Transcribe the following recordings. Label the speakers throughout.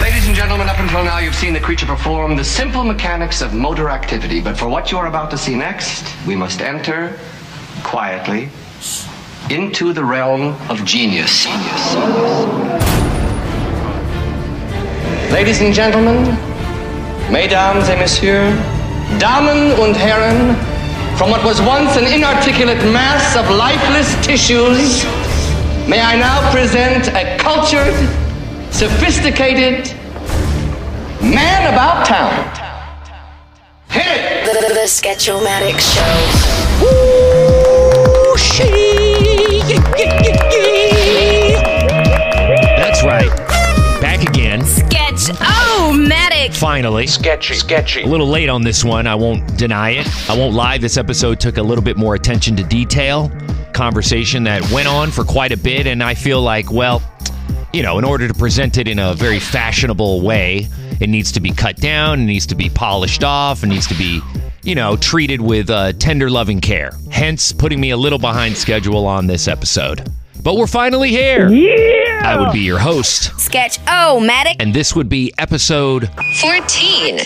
Speaker 1: Ladies and gentlemen, up until now you've seen the creature perform the simple mechanics of motor activity, but for what you're about to see next, we must enter quietly into the realm of genius. Ladies and gentlemen, mesdames et messieurs, damen und herren, from what was once an inarticulate mass of lifeless tissues, may I now present a cultured, sophisticated man about town. Hit it!
Speaker 2: The, the, the Sketchomatic Show.
Speaker 3: That's right. Back again.
Speaker 4: Sketch Oh Matic.
Speaker 3: Finally.
Speaker 5: Sketchy,
Speaker 3: A
Speaker 5: sketchy.
Speaker 3: little late on this one. I won't deny it. I won't lie. This episode took a little bit more attention to detail. Conversation that went on for quite a bit. And I feel like, well, you know, in order to present it in a very fashionable way, it needs to be cut down, it needs to be polished off, it needs to be, you know, treated with uh, tender loving care. Hence, putting me a little behind schedule on this episode. But we're finally here. Yeah! I would be your host,
Speaker 4: Sketch Oh Matic.
Speaker 3: and this would be episode
Speaker 4: 14.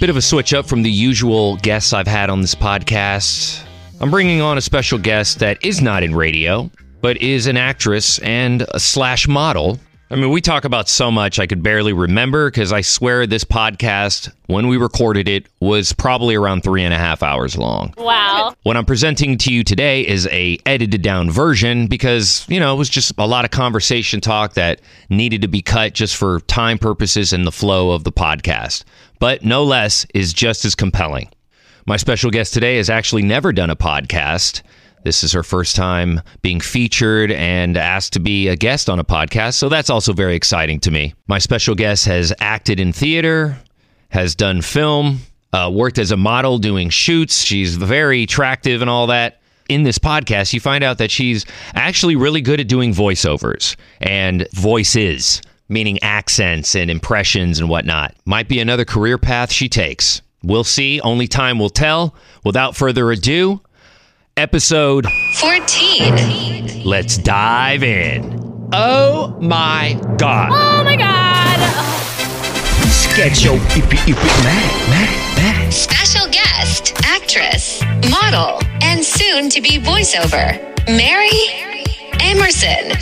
Speaker 3: Bit of a switch up from the usual guests I've had on this podcast. I'm bringing on a special guest that is not in radio, but is an actress and a slash model. I mean, we talk about so much I could barely remember because I swear this podcast, when we recorded it, was probably around three and a half hours long.
Speaker 6: Wow.
Speaker 3: What I'm presenting to you today is a edited down version because, you know, it was just a lot of conversation talk that needed to be cut just for time purposes and the flow of the podcast. But no less is just as compelling. My special guest today has actually never done a podcast. This is her first time being featured and asked to be a guest on a podcast, so that's also very exciting to me. My special guest has acted in theater, has done film, uh, worked as a model doing shoots. She's very attractive and all that. In this podcast, you find out that she's actually really good at doing voiceovers and voices, meaning accents and impressions and whatnot. Might be another career path she takes. We'll see. Only time will tell. Without further ado, episode
Speaker 4: 14.
Speaker 3: Let's dive in. Oh my God.
Speaker 6: Oh my god.
Speaker 3: Sketch your
Speaker 4: Special guest, actress, model, and soon to be voiceover, Mary Emerson.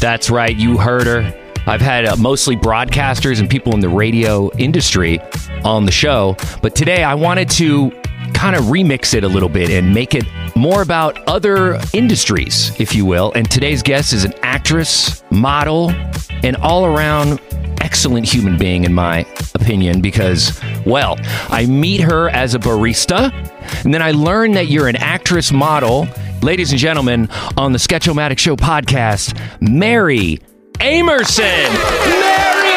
Speaker 3: That's right, you heard her. I've had uh, mostly broadcasters and people in the radio industry on the show, but today I wanted to kind of remix it a little bit and make it more about other industries, if you will. And today's guest is an actress, model, and all around excellent human being, in my opinion, because, well, I meet her as a barista, and then I learn that you're an actress model. Ladies and gentlemen, on the Sketchomatic Show podcast, Mary Amerson. Mary!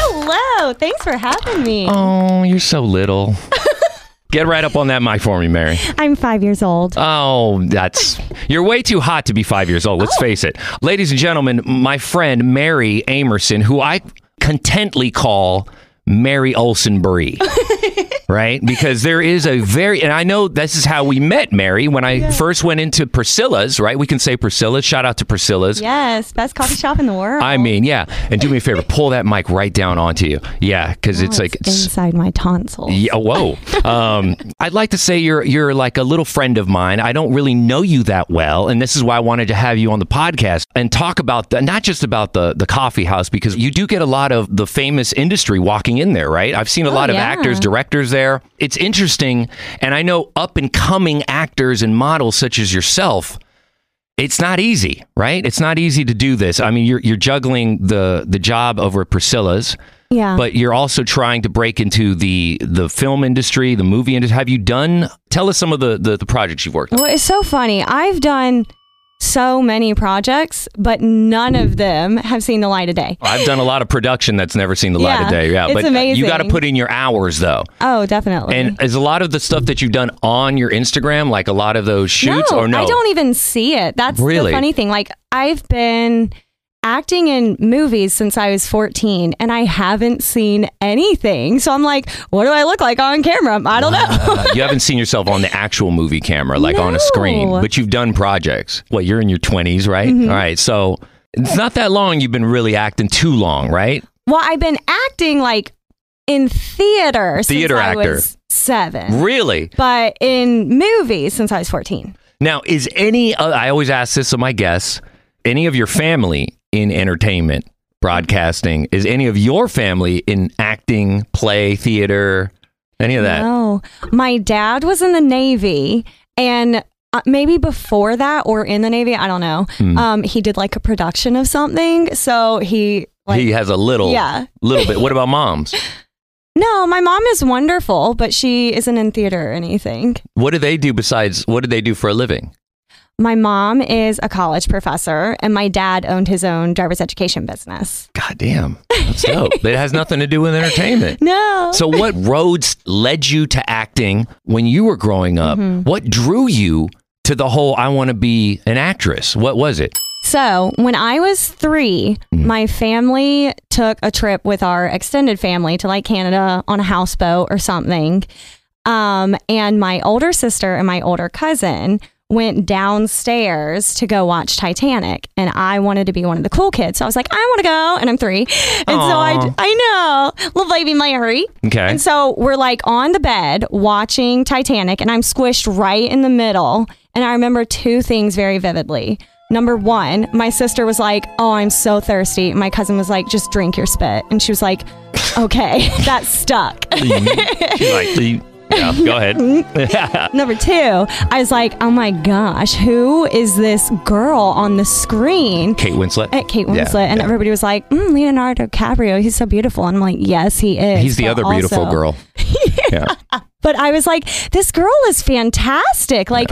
Speaker 6: Hello. Thanks for having me.
Speaker 3: Oh, you're so little. Get right up on that mic for me, Mary.
Speaker 7: I'm five years old.
Speaker 3: Oh, that's. You're way too hot to be five years old, let's face it. Ladies and gentlemen, my friend Mary Amerson, who I contently call Mary Olson Bree. Right? Because there is a very, and I know this is how we met, Mary. When I first went into Priscilla's, right? We can say Priscilla's. Shout out to Priscilla's.
Speaker 7: yes, best coffee shop in the world.
Speaker 3: I mean, yeah. And do me a favor, pull that mic right down onto you. Yeah, because it's like, it's,
Speaker 7: inside my tonsil.
Speaker 3: yeah, whoa. Um, I'd like to say you're you're like a little friend of mine. I don't really know you that well, and this is why I wanted to have you on the podcast and talk about the, not just about the the coffee house because you do get a lot of the famous industry walking in there, right? I've seen a lot of
Speaker 7: yeah.
Speaker 3: actors, directors there. It's interesting, and I know up and coming actors and models such as yourself it's not easy, right? It's not easy to do this. I mean, you're you're juggling the the job over at Priscilla's,
Speaker 7: Yeah.
Speaker 3: but you're also trying to break into the the film industry, the movie industry. Have you done? Tell us some of the the, the projects you've worked on.
Speaker 7: Well, it's so funny. I've done so many projects, but none of them have seen the light of day.
Speaker 3: I've done a lot of production that's never seen the light of
Speaker 7: Yeah,
Speaker 3: day. Yeah,
Speaker 7: it's
Speaker 3: but you
Speaker 7: amazing.
Speaker 3: got to put in your hours though.
Speaker 7: Oh, definitely.
Speaker 3: And is a lot of the stuff that you've done on your Instagram, like a lot of those shoots,
Speaker 7: no,
Speaker 3: or no?
Speaker 7: I don't even see it. That's
Speaker 3: Really?
Speaker 7: the funny thing. Like I've been acting in movies since I was 14 and I haven't seen anything. So I'm like, what do I look like on camera? I don't know.
Speaker 3: Uh, you haven't seen yourself on the actual movie camera, like on a screen,
Speaker 7: No. Mm-hmm.
Speaker 3: but you've done projects. Well, you're in your 20s, right? All right. So it's not that long you've been really acting too long, right?
Speaker 7: well, I've been acting like in theater,
Speaker 3: Theater
Speaker 7: since I
Speaker 3: actor.
Speaker 7: was seven.
Speaker 3: Really?
Speaker 7: But in movies since I was 14.
Speaker 3: Now, is any, uh, I always ask this of my guests, any of your family in entertainment, broadcasting, is any of your family in acting, play, theater, any of that?
Speaker 7: No. My dad was in the Navy and uh, maybe before that or in the Navy, I don't know.
Speaker 3: Hmm.
Speaker 7: Um, he did like a production of something. So he, like,
Speaker 3: he has a little,
Speaker 7: Yeah.
Speaker 3: little bit. What about moms?
Speaker 7: no, my mom is wonderful, but she isn't in theater or anything.
Speaker 3: What do they do besides, what do they do for a living?
Speaker 7: My mom is a college professor and my dad owned his own driver's education business.
Speaker 3: God damn. That's dope. it has nothing to do with entertainment.
Speaker 7: No.
Speaker 3: So, what roads led you to acting when you were growing up?
Speaker 7: Mm-hmm.
Speaker 3: What drew you to the whole I want to be an actress? What was it?
Speaker 7: So when I was 3 my family took a trip with our extended family to like Canada on a houseboat or something. Um, and my older sister and my older cousin went downstairs to go watch Titanic. And I wanted to be one of the cool kids. So I was like, I want to go. And I'm three. And so I,
Speaker 3: Aw.
Speaker 7: I know, little baby Larry.
Speaker 3: Okay.
Speaker 7: And so we're like on the bed watching Titanic, and I'm squished right in the middle. And I remember two things very vividly. Number one, my sister was like, Oh, I'm so thirsty. And my cousin was like, Just drink your spit. And she was like, Okay, that stuck.
Speaker 3: Mm-hmm. yeah, go ahead.
Speaker 7: Number two, I was like, Oh my gosh, who is this girl on the screen?
Speaker 3: Kate Winslet.
Speaker 7: At Kate
Speaker 3: Yeah,
Speaker 7: Winslet, and
Speaker 3: yeah.
Speaker 7: everybody was like, mm, Leonardo DiCaprio, he's so beautiful. And I'm like, Yes, he is.
Speaker 3: He's the
Speaker 7: but
Speaker 3: other beautiful
Speaker 7: also-
Speaker 3: girl. yeah.
Speaker 7: but I was like, this girl is fantastic. Like,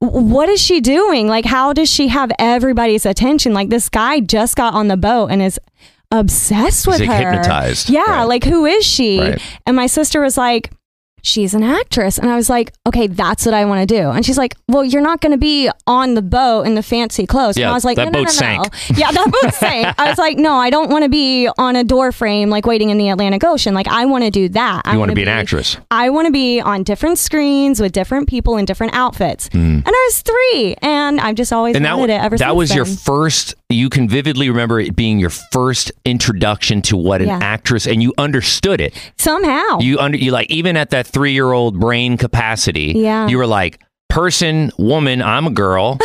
Speaker 7: w- what is she doing? Like, how does she have everybody's attention? Like, this guy just got on the boat and is obsessed with
Speaker 3: like,
Speaker 7: her.
Speaker 3: hypnotized.
Speaker 7: Yeah.
Speaker 3: Right.
Speaker 7: Like, who is she?
Speaker 3: Right.
Speaker 7: And my sister was like, she's an actress. And I was like, okay, that's what I want to do. And she's like, well, you're not going to be on the boat in the fancy clothes.
Speaker 3: Yeah,
Speaker 7: and I was like,
Speaker 3: that
Speaker 7: no,
Speaker 3: boat
Speaker 7: no, no, no.
Speaker 3: sank.
Speaker 7: Yeah, that boat sank. I was like, no, I don't want to be on a door frame, like waiting in the Atlantic Ocean. Like, I want to do that. I
Speaker 3: You
Speaker 7: want to
Speaker 3: be an actress.
Speaker 7: I want to be on different screens with different people in different outfits. And I was three, and I've just always
Speaker 3: Hmm. And that,
Speaker 7: wanted it ever since.
Speaker 3: that was your
Speaker 7: then.
Speaker 3: first, you can vividly remember it being your first introduction to what an
Speaker 7: Yeah. Oh.
Speaker 3: actress, and you understood it.
Speaker 7: somehow.
Speaker 3: You under you like even at that three year old brain capacity.
Speaker 7: Yeah.
Speaker 3: You were like person, woman. I'm a girl.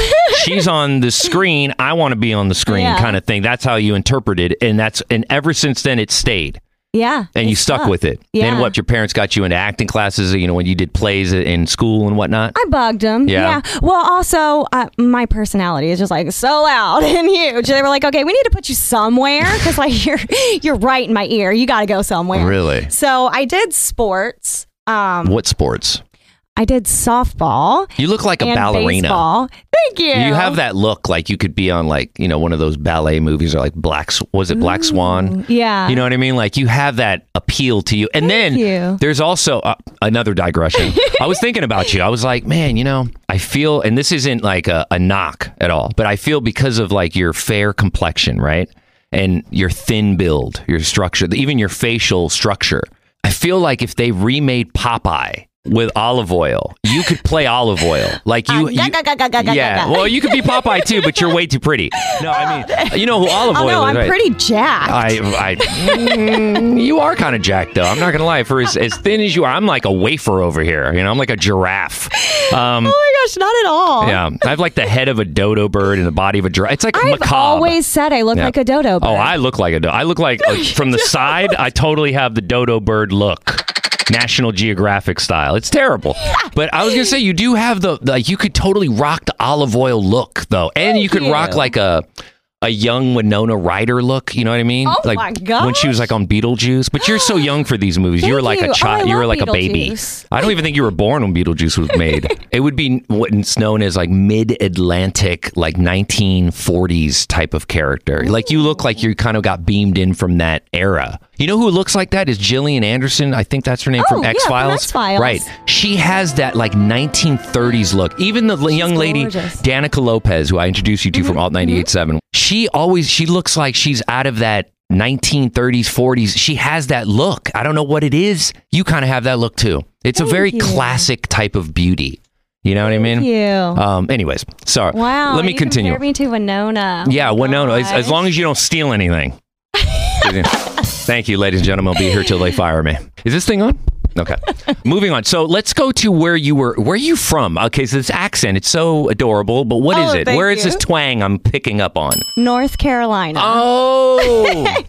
Speaker 3: She's on the screen. I want to be on the screen,
Speaker 7: Yeah.
Speaker 3: kind of thing. That's how you interpreted, and that's and ever since then it stayed,
Speaker 7: yeah,
Speaker 3: and
Speaker 7: it
Speaker 3: you stuck, with it.
Speaker 7: Yeah.
Speaker 3: And what your parents got you into acting classes. You know when you did plays in school and whatnot.
Speaker 7: I bugged them.
Speaker 3: Yeah.
Speaker 7: Well, also, uh, my personality is just like so loud and huge. They were like, "Okay, we need to put you somewhere because like you're you're right in my ear. You got to go somewhere."
Speaker 3: Really?
Speaker 7: So I did sports. Um,
Speaker 3: what sports?
Speaker 7: I did softball
Speaker 3: You look like a
Speaker 7: and
Speaker 3: ballerina.
Speaker 7: baseball. Thank you.
Speaker 3: You have that look like you could be on like you know one of those ballet movies or like Black Sw- was it Black Swan?
Speaker 7: Mm, Yeah.
Speaker 3: You know what I mean? Like you have that appeal to you. And then
Speaker 7: you.
Speaker 3: there's also uh, another digression. I was thinking about you. I was like, man, you know, I feel, and this isn't like a, a knock at all, but I feel because of like your fair complexion, right? And your thin build, your structure, even your facial structure. I feel like if they remade Popeye with olive oil, you could play olive oil. Like
Speaker 7: Uh,
Speaker 3: you, you- yeah. Well, you could be Popeye too, but you're way too pretty. No, I mean, you know who olive
Speaker 7: Oh
Speaker 3: oil
Speaker 7: no,
Speaker 3: is,
Speaker 7: I'm
Speaker 3: right?
Speaker 7: pretty jacked.
Speaker 3: I, I mm, you are kind of jacked though. I'm not gonna lie. For as, as thin as you are, I'm like a wafer over here. You know, I'm like a giraffe. Um,
Speaker 7: Oh my gosh, not at all.
Speaker 3: yeah, I have like the head of a dodo bird and the body of a giraffe. It's like
Speaker 7: I've
Speaker 3: macabre.
Speaker 7: always said I look
Speaker 3: Yeah.
Speaker 7: like a dodo. Bird.
Speaker 3: Oh, I look like a dodo. I look like uh, from the side. I totally have the dodo bird look. National Geographic style. It's terrible. But I was gonna say you do have the like you could totally rock the olive oil look though, and you could rock
Speaker 7: you.
Speaker 3: like a a young Winona Ryder look. You know what I mean?
Speaker 7: Oh
Speaker 3: like
Speaker 7: my
Speaker 3: when she was like on Beetlejuice. But you're so young for these movies. you were like
Speaker 7: Thank you.
Speaker 3: a
Speaker 7: Oh,
Speaker 3: child.
Speaker 7: I
Speaker 3: you were
Speaker 7: love
Speaker 3: like a baby.
Speaker 7: Beetlejuice.
Speaker 3: I don't even think you were born when Beetlejuice was made. it would be what's known as like mid-Atlantic, like 1940s type of character. Like you look like you kind of got beamed in from that era. You know who looks like that is Gillian Anderson. I think that's her name
Speaker 7: Oh,
Speaker 3: from
Speaker 7: yeah, from
Speaker 3: X Files.
Speaker 7: X-Files.
Speaker 3: Right. She has that like 1930s look. Even the l- young lady
Speaker 7: gorgeous. Mm-hmm.
Speaker 3: Danica Lopez, who I introduced you to from Alt 98.7, she always she looks like she's out of that 1930s 40s. She has that look. I don't know what it is. You kind of have that look too. It's a very
Speaker 7: you.
Speaker 3: classic type of beauty. You know what I mean?
Speaker 7: Thank you.
Speaker 3: Um. Anyways, sorry.
Speaker 7: wow.
Speaker 3: Let me
Speaker 7: you
Speaker 3: continue.
Speaker 7: Compare me to Winona. Oh
Speaker 3: Yeah, well, no, no. As, as
Speaker 7: gosh.
Speaker 3: long as you don't steal anything. Thank you, ladies and gentlemen. I'll be here till they fire me. Is this thing on? Okay. Moving on. So let's go to where you were. Where are you from? Okay, so this accent, it's so adorable, but what is
Speaker 7: Oh,
Speaker 3: it?
Speaker 7: thank
Speaker 3: Where is this
Speaker 7: you.
Speaker 3: twang I'm picking up on?
Speaker 7: North Carolina.
Speaker 3: Oh. Uh,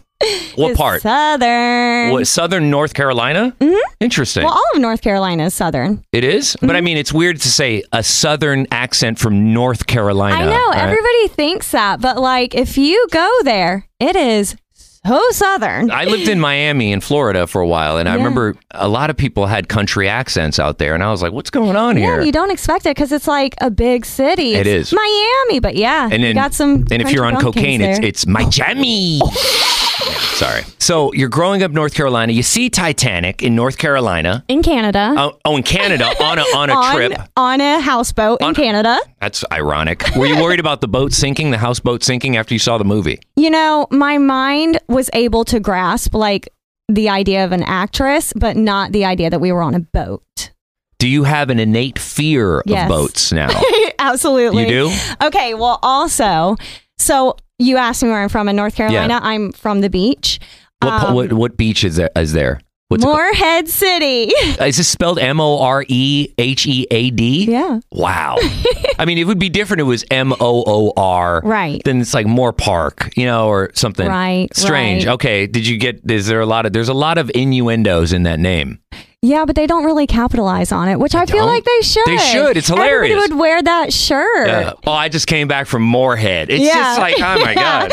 Speaker 3: what
Speaker 7: It's
Speaker 3: part?
Speaker 7: Southern. Mm-hmm.
Speaker 3: What, southern North Carolina? Interesting.
Speaker 7: Well, mm-hmm. all of North Carolina is Southern.
Speaker 3: it is? But I mean, it's weird to say a southern accent from North Carolina.
Speaker 7: I know
Speaker 3: right?
Speaker 7: everybody thinks that, but like if you go there, it is so Southern.
Speaker 3: I lived in Miami in Florida for a while, and I remember a lot of people had country accents out there, and I was like, "What's going on
Speaker 7: Yeah,
Speaker 3: here?"
Speaker 7: you don't expect it because it's like a big city.
Speaker 3: It
Speaker 7: It's
Speaker 3: is.
Speaker 7: Miami, but yeah,
Speaker 3: and
Speaker 7: you
Speaker 3: then
Speaker 7: got some.
Speaker 3: and if
Speaker 7: country
Speaker 3: you're on
Speaker 7: bumpkins
Speaker 3: cocaine, it's
Speaker 7: there.
Speaker 3: it's my jammy. Yeah, Sorry. So you're growing up North Carolina. You see Titanic in North Carolina.
Speaker 7: in Canada.
Speaker 3: Oh, oh, in Canada on a on a
Speaker 7: Mm-hmm. on,
Speaker 3: trip.
Speaker 7: on a houseboat in Canada.
Speaker 3: That's ironic. Were you worried about the boat sinking, the houseboat sinking after you saw the movie?
Speaker 7: You know, my mind was able to grasp like the idea of an actress, but not the idea that we were on a boat.
Speaker 3: Do you have an innate fear of
Speaker 7: Yes.
Speaker 3: boats now?
Speaker 7: Absolutely.
Speaker 3: you do?
Speaker 7: Okay. Well, also, so you asked me where I'm from in North Carolina. I'm from the beach.
Speaker 3: What, po-
Speaker 7: Um,
Speaker 3: what what beach is there? Is there? What's it called?
Speaker 7: Moorhead City.
Speaker 3: Is this spelled M O R E H E A D?
Speaker 7: Yeah.
Speaker 3: Wow. I mean, it would be different. if It was M O O R.
Speaker 7: Right.
Speaker 3: Then it's like more park, you know, or something.
Speaker 7: Right,
Speaker 3: Strange.
Speaker 7: right.
Speaker 3: Okay. Did you get? Is there a lot of? There's a lot of innuendos in that name.
Speaker 7: Yeah, but they don't really capitalize on it, which I feel
Speaker 3: don't?
Speaker 7: like they should.
Speaker 3: They should. It's hilarious.
Speaker 7: Everybody would wear that shirt.
Speaker 3: Uh, oh, I just came back from Moorhead. It's
Speaker 7: Yeah.
Speaker 3: just like, oh my god.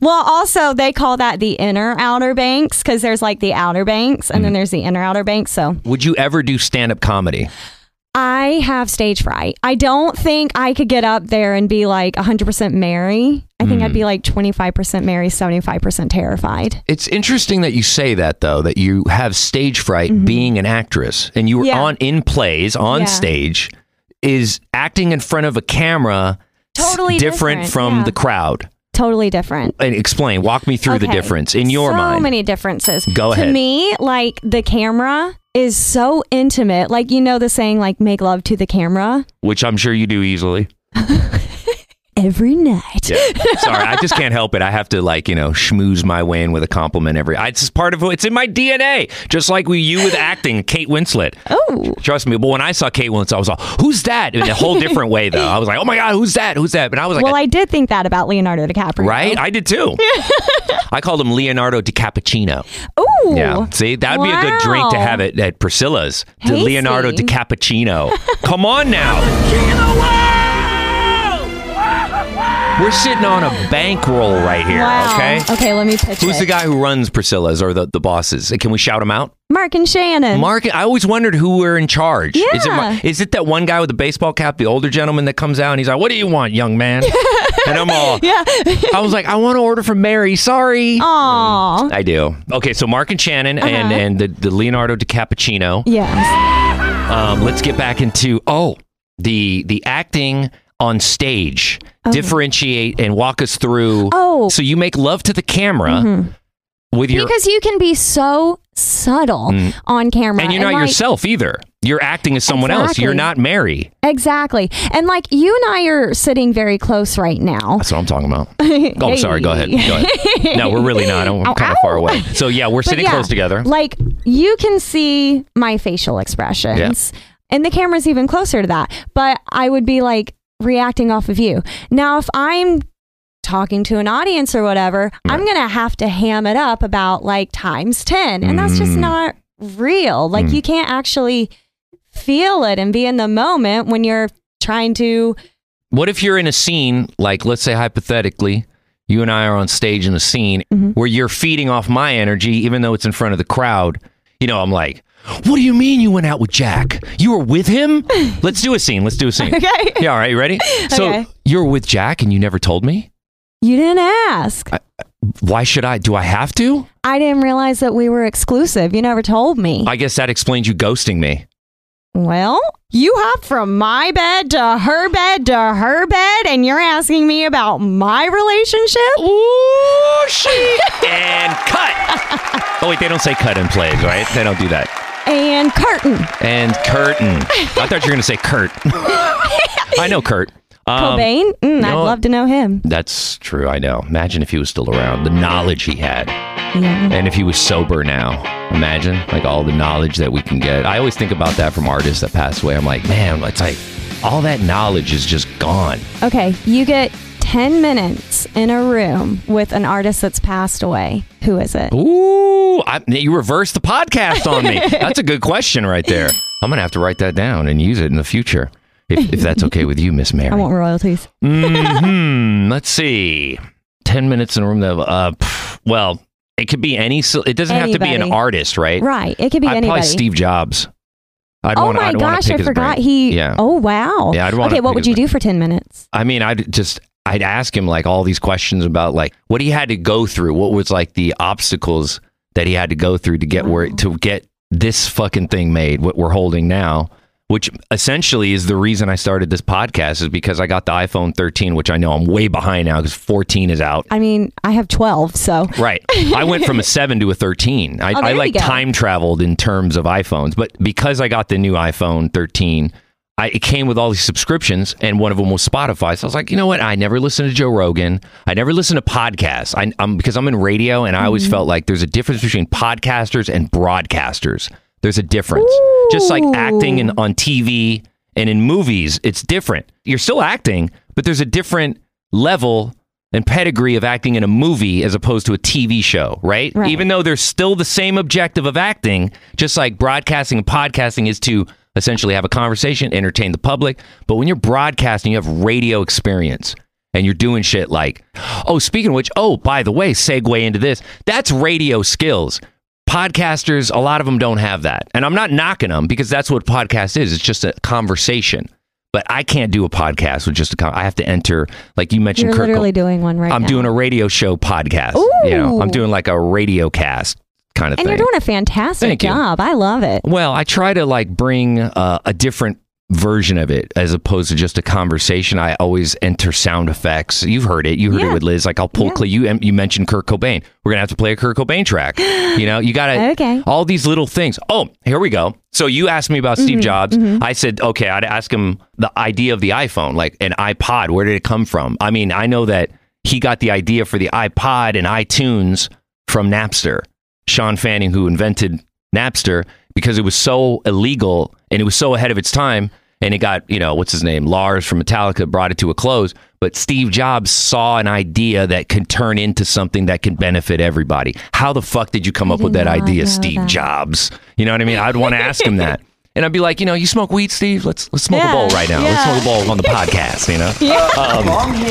Speaker 7: Well, also they call that the inner outer banks because there's like the outer banks and then
Speaker 3: Mm-hmm.
Speaker 7: there's the inner outer banks. So
Speaker 3: Would you ever do stand up comedy?
Speaker 7: I have stage fright. I don't think I could get up there and be like 100% Mary. I think I'd
Speaker 3: Hmm.
Speaker 7: be like 25% Mary, 75% terrified.
Speaker 3: It's interesting that you say that though, that you have stage fright being an actress and you were
Speaker 7: Mm-hmm. Yeah.
Speaker 3: on in plays on
Speaker 7: Yeah.
Speaker 3: stage is acting in front of a camera s-
Speaker 7: Totally
Speaker 3: different,
Speaker 7: different,
Speaker 3: from
Speaker 7: yeah.
Speaker 3: the crowd.
Speaker 7: Totally different.
Speaker 3: And explain, walk me through the
Speaker 7: Okay.
Speaker 3: difference in your
Speaker 7: so
Speaker 3: mind.
Speaker 7: many differences.
Speaker 3: Go ahead.
Speaker 7: To me, like the camera is so intimate. Like you know the saying, like make love to the camera
Speaker 3: which I'm sure you do easily.
Speaker 7: every night.
Speaker 3: Yeah. Sorry, I just can't help it. I have to like, you know, schmooze my way in with a compliment every I- it's just part of who it's in my DNA. Just like we you with acting, Kate Winslet.
Speaker 7: Oh,
Speaker 3: Trust me. But when I saw Kate Winslet, I was like, who's that? In a whole different way, though. I was like, oh my God, who's that? Who's that? But I was like,
Speaker 7: well, I did think that about Leonardo DiCaprio.
Speaker 3: right? I did too. I called him Leonardo DiCappuccino.
Speaker 7: Ooh.
Speaker 3: Yeah. See, that'd be a good drink to
Speaker 7: Wow.
Speaker 3: have at, at Priscilla's. The
Speaker 7: Tasty.
Speaker 3: Leonardo DiCappuccino. Come on now. We're sitting on a bankroll right here,
Speaker 7: Wow.
Speaker 3: okay?
Speaker 7: Okay, let me pitch
Speaker 3: Who's
Speaker 7: it.
Speaker 3: the guy who runs Priscilla's or the, the bosses? Can we shout him out?
Speaker 7: Mark and Shannon.
Speaker 3: Mark, I always wondered who were in charge. Is, it, Mar-
Speaker 7: Yeah.
Speaker 3: is it that one guy with the baseball cap, the older gentleman that comes out and he's like, What do you want, young man? and I'm all,
Speaker 7: Yeah.
Speaker 3: I was like, I want to order from Mary. Sorry.
Speaker 7: Aw. Uh-huh.
Speaker 3: I do. Okay, so Mark and Shannon and and the, the Leonardo DiCappuccino.
Speaker 7: Yes.
Speaker 3: Um, let's get back into oh the the acting on stage. Differentiate and walk us through.
Speaker 7: Oh. Mm-hmm.
Speaker 3: so you make love to the camera with your
Speaker 7: Because you can be so subtle on
Speaker 3: Mm.
Speaker 7: camera.
Speaker 3: and you're not
Speaker 7: like-
Speaker 3: yourself either. You're acting as someone else. You're
Speaker 7: Exactly.
Speaker 3: not Mary.
Speaker 7: Exactly. And like you and I are sitting very close right now.
Speaker 3: That's what I'm talking about. Oh, I'm sorry. Go ahead. Go ahead. No, we're really not. I'm
Speaker 7: Ow,
Speaker 3: kind of
Speaker 7: ow.
Speaker 3: far away. So yeah, we're
Speaker 7: But
Speaker 3: sitting
Speaker 7: yeah,
Speaker 3: close together.
Speaker 7: Like you can see my facial expressions. And the camera's even closer to that. But I would be like reacting off of you. Now if I'm talking to an audience or whatever, I'm going to have to ham it up about like times 10. And that's
Speaker 3: Mm.
Speaker 7: just not real. Like you can't actually feel it and be in the moment when you're trying to
Speaker 3: What if you're in a scene, like let's say hypothetically, you and I are on stage in a scene
Speaker 7: Mm-hmm.
Speaker 3: where you're feeding off my energy, even though it's in front of the crowd. You know, I'm like, what do you mean you went out with Jack? You were with him? Let's do a scene. Let's do a scene.
Speaker 7: Okay.
Speaker 3: Yeah, all right, you ready? So
Speaker 7: Okay.
Speaker 3: you're with Jack and you never told me?
Speaker 7: You didn't ask.
Speaker 3: why should I? Do I have to?
Speaker 7: I didn't realize that we were exclusive. You never told me.
Speaker 3: I guess that explains you ghosting me.
Speaker 7: well, you hop from my bed to her bed to her bed, and you're asking me about my relationship?
Speaker 3: Ooh, she and cut. Oh wait, they don't say cut in plays, right? They don't do that.
Speaker 7: And curtain.
Speaker 3: And curtain. I thought you were gonna say Kurt. I know Kurt. Um,
Speaker 7: Cobain? Mm, I'd
Speaker 3: no.
Speaker 7: love to know him.
Speaker 3: That's true. I know. Imagine if he was still around, the knowledge he had,
Speaker 7: Yeah.
Speaker 3: and if he was sober now. Imagine like all the knowledge that we can get. I always think about that from artists that pass away. I'm like, man, it's like all that knowledge is just gone.
Speaker 7: Okay, you get 10 minutes in a room with an artist that's passed away. Who is it?
Speaker 3: Ooh, I, you reversed the podcast on me. That's a good question right there. I'm gonna have to write that down and use it in the future, if, if that's okay with you, Miss Mary.
Speaker 7: I want royalties.
Speaker 3: hmm. Let's see. Ten minutes in a room. That uh, pff, well, it could be any. so- It doesn't have to be an
Speaker 7: Anybody.
Speaker 3: artist, right?
Speaker 7: Right. It could be
Speaker 3: I'd
Speaker 7: anybody.
Speaker 3: probably Steve Jobs. I'd
Speaker 7: oh
Speaker 3: wanna,
Speaker 7: my
Speaker 3: I'd wanna
Speaker 7: gosh,
Speaker 3: pick
Speaker 7: I
Speaker 3: his
Speaker 7: forgot
Speaker 3: brain.
Speaker 7: he.
Speaker 3: Yeah.
Speaker 7: Oh, wow.
Speaker 3: Yeah, I'd wanna
Speaker 7: okay, what
Speaker 3: pick
Speaker 7: would
Speaker 3: his
Speaker 7: you do for 10 minutes?
Speaker 3: I mean, I'd just I'd ask him like all these questions about like what he had to go through, what was like the obstacles that he had to go through to get where to get this fucking thing made, what we're holding now, which essentially is the reason I started this podcast is because I got the iPhone 13, which I know I'm way behind now because 14 is out.
Speaker 7: I mean, I have 12, so.
Speaker 3: Right. I went from a 7 to a 13. I,
Speaker 7: Oh,
Speaker 3: I
Speaker 7: there you
Speaker 3: like
Speaker 7: go.
Speaker 3: time traveled in terms of iPhones, but because I got the new iPhone 13, I, it came with all these subscriptions, and one of them was Spotify. So I was like, you know what? I never listened to Joe Rogan. I never listened to podcasts. I, I'm because I'm in radio, and I
Speaker 7: Mm-hmm.
Speaker 3: always felt like there's a difference between podcasters and broadcasters. There's a difference, just like acting and on TV and in movies, it's different. You're still acting, but there's a different level and pedigree of acting in a movie as opposed to a TV show, right?
Speaker 7: Right.
Speaker 3: Even though there's still the same objective of acting, just like broadcasting and podcasting is to essentially have a conversation, entertain the public. But when you're broadcasting, you have radio experience and you're doing shit like, oh, speaking of which, oh, by the way, segue into this. That's radio skills. Podcasters, a lot of them don't have that. And I'm not knocking them because that's what podcast is. It's just a conversation. But I can't do a podcast with just a con- I have to enter, like you mentioned,
Speaker 7: You're
Speaker 3: Kurt
Speaker 7: literally
Speaker 3: Cobain.
Speaker 7: doing one right
Speaker 3: I'm
Speaker 7: now.
Speaker 3: doing a radio show podcast. You know, I'm
Speaker 7: Ooh.
Speaker 3: doing like a radio cast kind of
Speaker 7: And
Speaker 3: thing.
Speaker 7: you're doing a fantastic
Speaker 3: Thank you.
Speaker 7: job. I love it.
Speaker 3: well, I try to like bring uh, a different version of it as opposed to just a conversation. I always enter sound effects. You've heard it. You heard it
Speaker 7: Yeah.
Speaker 3: with Liz. Like I'll pull
Speaker 7: Yeah.
Speaker 3: Cle- you em- you mentioned Kurt Cobain. We're gonna have to play a Kurt Cobain track. You know, you gotta
Speaker 7: Okay.
Speaker 3: all these little things. Oh, here we go. So you asked me about Steve Jobs. I said, okay, I'd ask him the idea of the iPhone, like an iPod. Where did it come from? I mean, I know that he got the idea for the iPod and iTunes from Napster. Sean Fanning, who invented Napster, because it was so illegal and it was so ahead of its time. And it got, you know, what's his name? Lars from Metallica brought it to a close. But Steve Jobs saw an idea that could turn into something that could benefit everybody. How the fuck did you come up
Speaker 7: did
Speaker 3: with that
Speaker 7: not
Speaker 3: idea,
Speaker 7: know
Speaker 3: Steve
Speaker 7: that.
Speaker 3: Jobs? You know what I mean? I'd want to ask him that. And I'd be like, you know, you smoke weed, Steve? Let's let's smoke
Speaker 7: Yeah,
Speaker 3: a bowl right now. Let's
Speaker 7: yeah.
Speaker 3: smoke a bowl on the podcast, you know?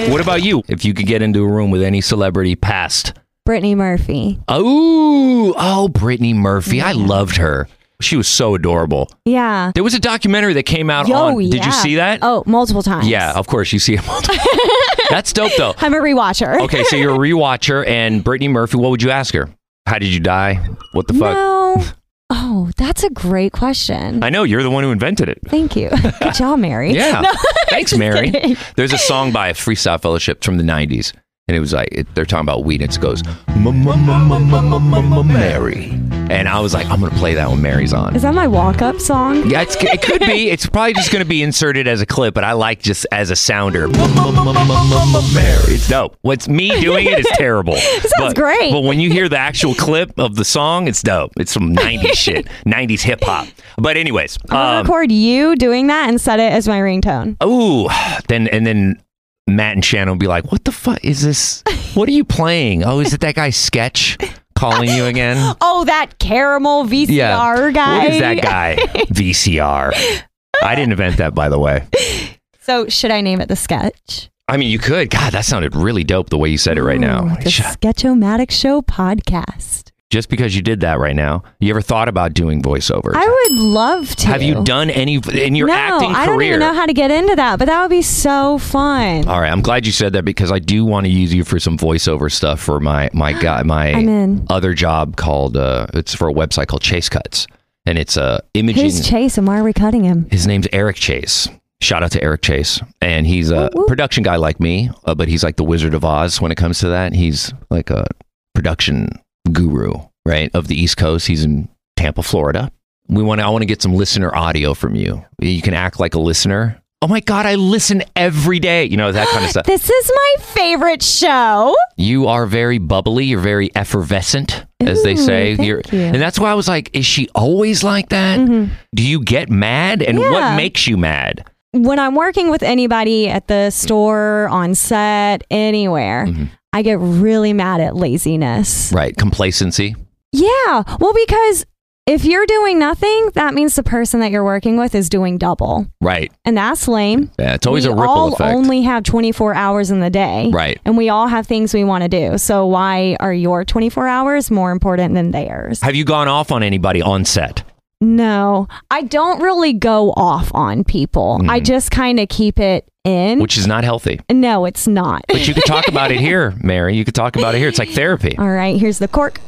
Speaker 3: Um, what about you? If you could get into a room with any celebrity past
Speaker 7: Brittany Murphy.
Speaker 3: Oh, oh, Brittany Murphy. I loved her. She was so adorable.
Speaker 7: Yeah.
Speaker 3: There was a documentary that came out
Speaker 7: Yo,
Speaker 3: on. Did
Speaker 7: yeah.
Speaker 3: you see that?
Speaker 7: Oh, multiple times.
Speaker 3: Yeah, of course you see it. multiple- That's dope though.
Speaker 7: I'm a rewatcher.
Speaker 3: Okay, so you're a rewatcher and Brittany Murphy, what would you ask her? How did you die? What the fuck?
Speaker 7: No. Oh, that's a great question.
Speaker 3: I know you're the one who invented it.
Speaker 7: Thank you. Good job, Mary.
Speaker 3: Yeah. Thanks, Mary.
Speaker 7: kidding.
Speaker 3: There's a song by a freestyle fellowship from the 90s. And it was like, it, they're talking about weed. And it goes, Mary. And I was like, I'm going to play that when Mary's on.
Speaker 7: Is that my walk-up song?
Speaker 3: Yeah, it's, it could be. It's probably just going to be inserted as a clip, but I like just as a sounder. It's dope. What's me doing it is terrible. Sounds but,
Speaker 7: great.
Speaker 3: But when you hear the actual clip of the song, it's dope. It's some 90s shit, 90s hip hop. But anyways,
Speaker 7: I'll
Speaker 3: um,
Speaker 7: record you doing that and set it as my ringtone.
Speaker 3: ooh, then and then Matt and Shannon will be like, "What the fuck is this? What are you playing? Oh, is it that guy Sketch calling you again?"
Speaker 7: Oh, that caramel VCR guy.
Speaker 3: What is that guy? VCR. I didn't invent that, by the way.
Speaker 7: So should I name it the sketch?
Speaker 3: I mean, you could. God, that sounded really dope the way you said it right
Speaker 7: Ooh,
Speaker 3: now.
Speaker 7: the
Speaker 3: Sh-
Speaker 7: Sketchomatic Show podcast.
Speaker 3: just because you did that right now, you ever thought about doing voiceovers?
Speaker 7: I would love to.
Speaker 3: Have you done any in your
Speaker 7: no,
Speaker 3: acting career?
Speaker 7: I don't even know how to get into that, but that would be so fun.
Speaker 3: All right, I'm glad you said that because I do want to use you for some voiceover stuff for my my guy
Speaker 7: I'm
Speaker 3: my
Speaker 7: in.
Speaker 3: other job called uh, it's for a website called Chase Cuts and it's uh, imaging.
Speaker 7: Who's Chase and why are we cutting him?
Speaker 3: His name's Eric Chase. Shout out to Eric Chase, and he's a
Speaker 7: Woo, woo.
Speaker 3: production guy like me, uh, but he's like the Wizard of Oz when it comes to that. He's like a production guru, right, of the East Coast. He's in Tampa, Florida. We want to. I want to get some listener audio from you. You can act like a listener. Oh my God, I listen every day. You know that kind of stuff.
Speaker 7: This is my favorite show.
Speaker 3: you are very bubbly. You're very effervescent, as they
Speaker 7: Ooh,
Speaker 3: say.
Speaker 7: thank
Speaker 3: You're-
Speaker 7: you. Mm-hmm.
Speaker 3: And that's why I was like, is she always like that? Do you get mad? And what
Speaker 7: Yeah.
Speaker 3: makes you mad?
Speaker 7: When I'm working with anybody at
Speaker 3: Mm-hmm.
Speaker 7: the store, on set, anywhere, I get really mad at laziness.
Speaker 3: Right. Complacency.
Speaker 7: Yeah. Well, because if you're doing nothing, that means the person that you're working with is doing double.
Speaker 3: Right.
Speaker 7: And that's lame.
Speaker 3: Yeah. It's always
Speaker 7: we
Speaker 3: a ripple
Speaker 7: all
Speaker 3: effect.
Speaker 7: only have 24 hours in the day.
Speaker 3: Right.
Speaker 7: And we all have things we want to do. So why are your 24 hours more important than theirs?
Speaker 3: Have you gone off on anybody on set?
Speaker 7: No, I don't really go off on people. I just kind of keep it in.
Speaker 3: Hmm. Which is not healthy.
Speaker 7: no, it's not.
Speaker 3: But you could talk about it here, Mary. You could talk about it here. It's like therapy.
Speaker 7: all right, here's the cork.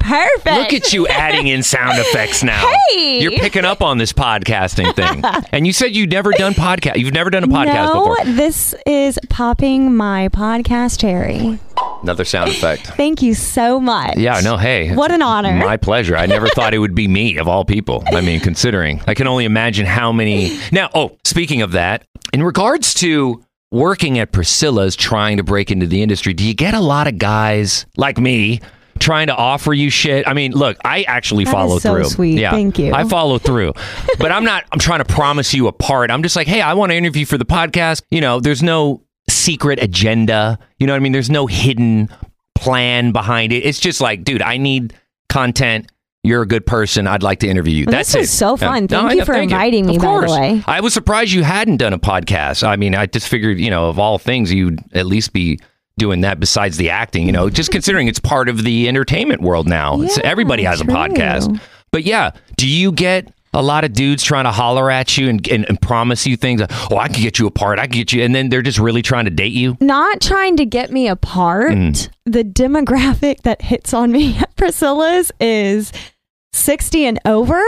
Speaker 7: Perfect.
Speaker 3: Look at you adding in sound effects now.
Speaker 7: Hey!
Speaker 3: You're picking up on this podcasting thing. And you said you've never done podcast. You've never done a podcast
Speaker 7: no,
Speaker 3: before.
Speaker 7: this is popping my podcast cherry.
Speaker 3: Another sound effect.
Speaker 7: Thank you so much.
Speaker 3: Yeah, no, hey.
Speaker 7: What an honor.
Speaker 3: My pleasure. I never thought it would be me of all people. I mean, considering. I can only imagine how many. Now, oh, speaking of that, in regards to working at Priscilla's trying to break into the industry, do you get a lot of guys like me trying to offer you shit? I mean, look, I actually
Speaker 7: That is
Speaker 3: follow
Speaker 7: so
Speaker 3: through.
Speaker 7: sweet.
Speaker 3: Yeah.
Speaker 7: Thank you.
Speaker 3: I follow through. but I'm not I'm trying to promise you a part. I'm just like, "Hey, I want to interview for the podcast." You know, there's no secret agenda. You know what I mean? There's no hidden plan behind it. It's just like, dude, I need content. You're a good person. I'd like to interview you.
Speaker 7: Well,
Speaker 3: That's
Speaker 7: this was
Speaker 3: it.
Speaker 7: so fun. Thank
Speaker 3: I
Speaker 7: you
Speaker 3: know.
Speaker 7: for inviting me,
Speaker 3: Of
Speaker 7: by the
Speaker 3: course.
Speaker 7: way.
Speaker 3: I was surprised you hadn't done a podcast. I mean, I just figured, you know, of all things, you'd at least be doing that besides the acting, you know, just considering it's part of the entertainment world now. It's-
Speaker 7: Yeah,
Speaker 3: everybody has
Speaker 7: true.
Speaker 3: a podcast. But yeah, do you get a lot of dudes trying to holler at you and, and, and promise you things? Oh, I can get you a part. I can get you. And then they're just really trying to date you. Mm.
Speaker 7: Not trying to get me apart. The demographic that hits on me at Priscilla's is 60 and over.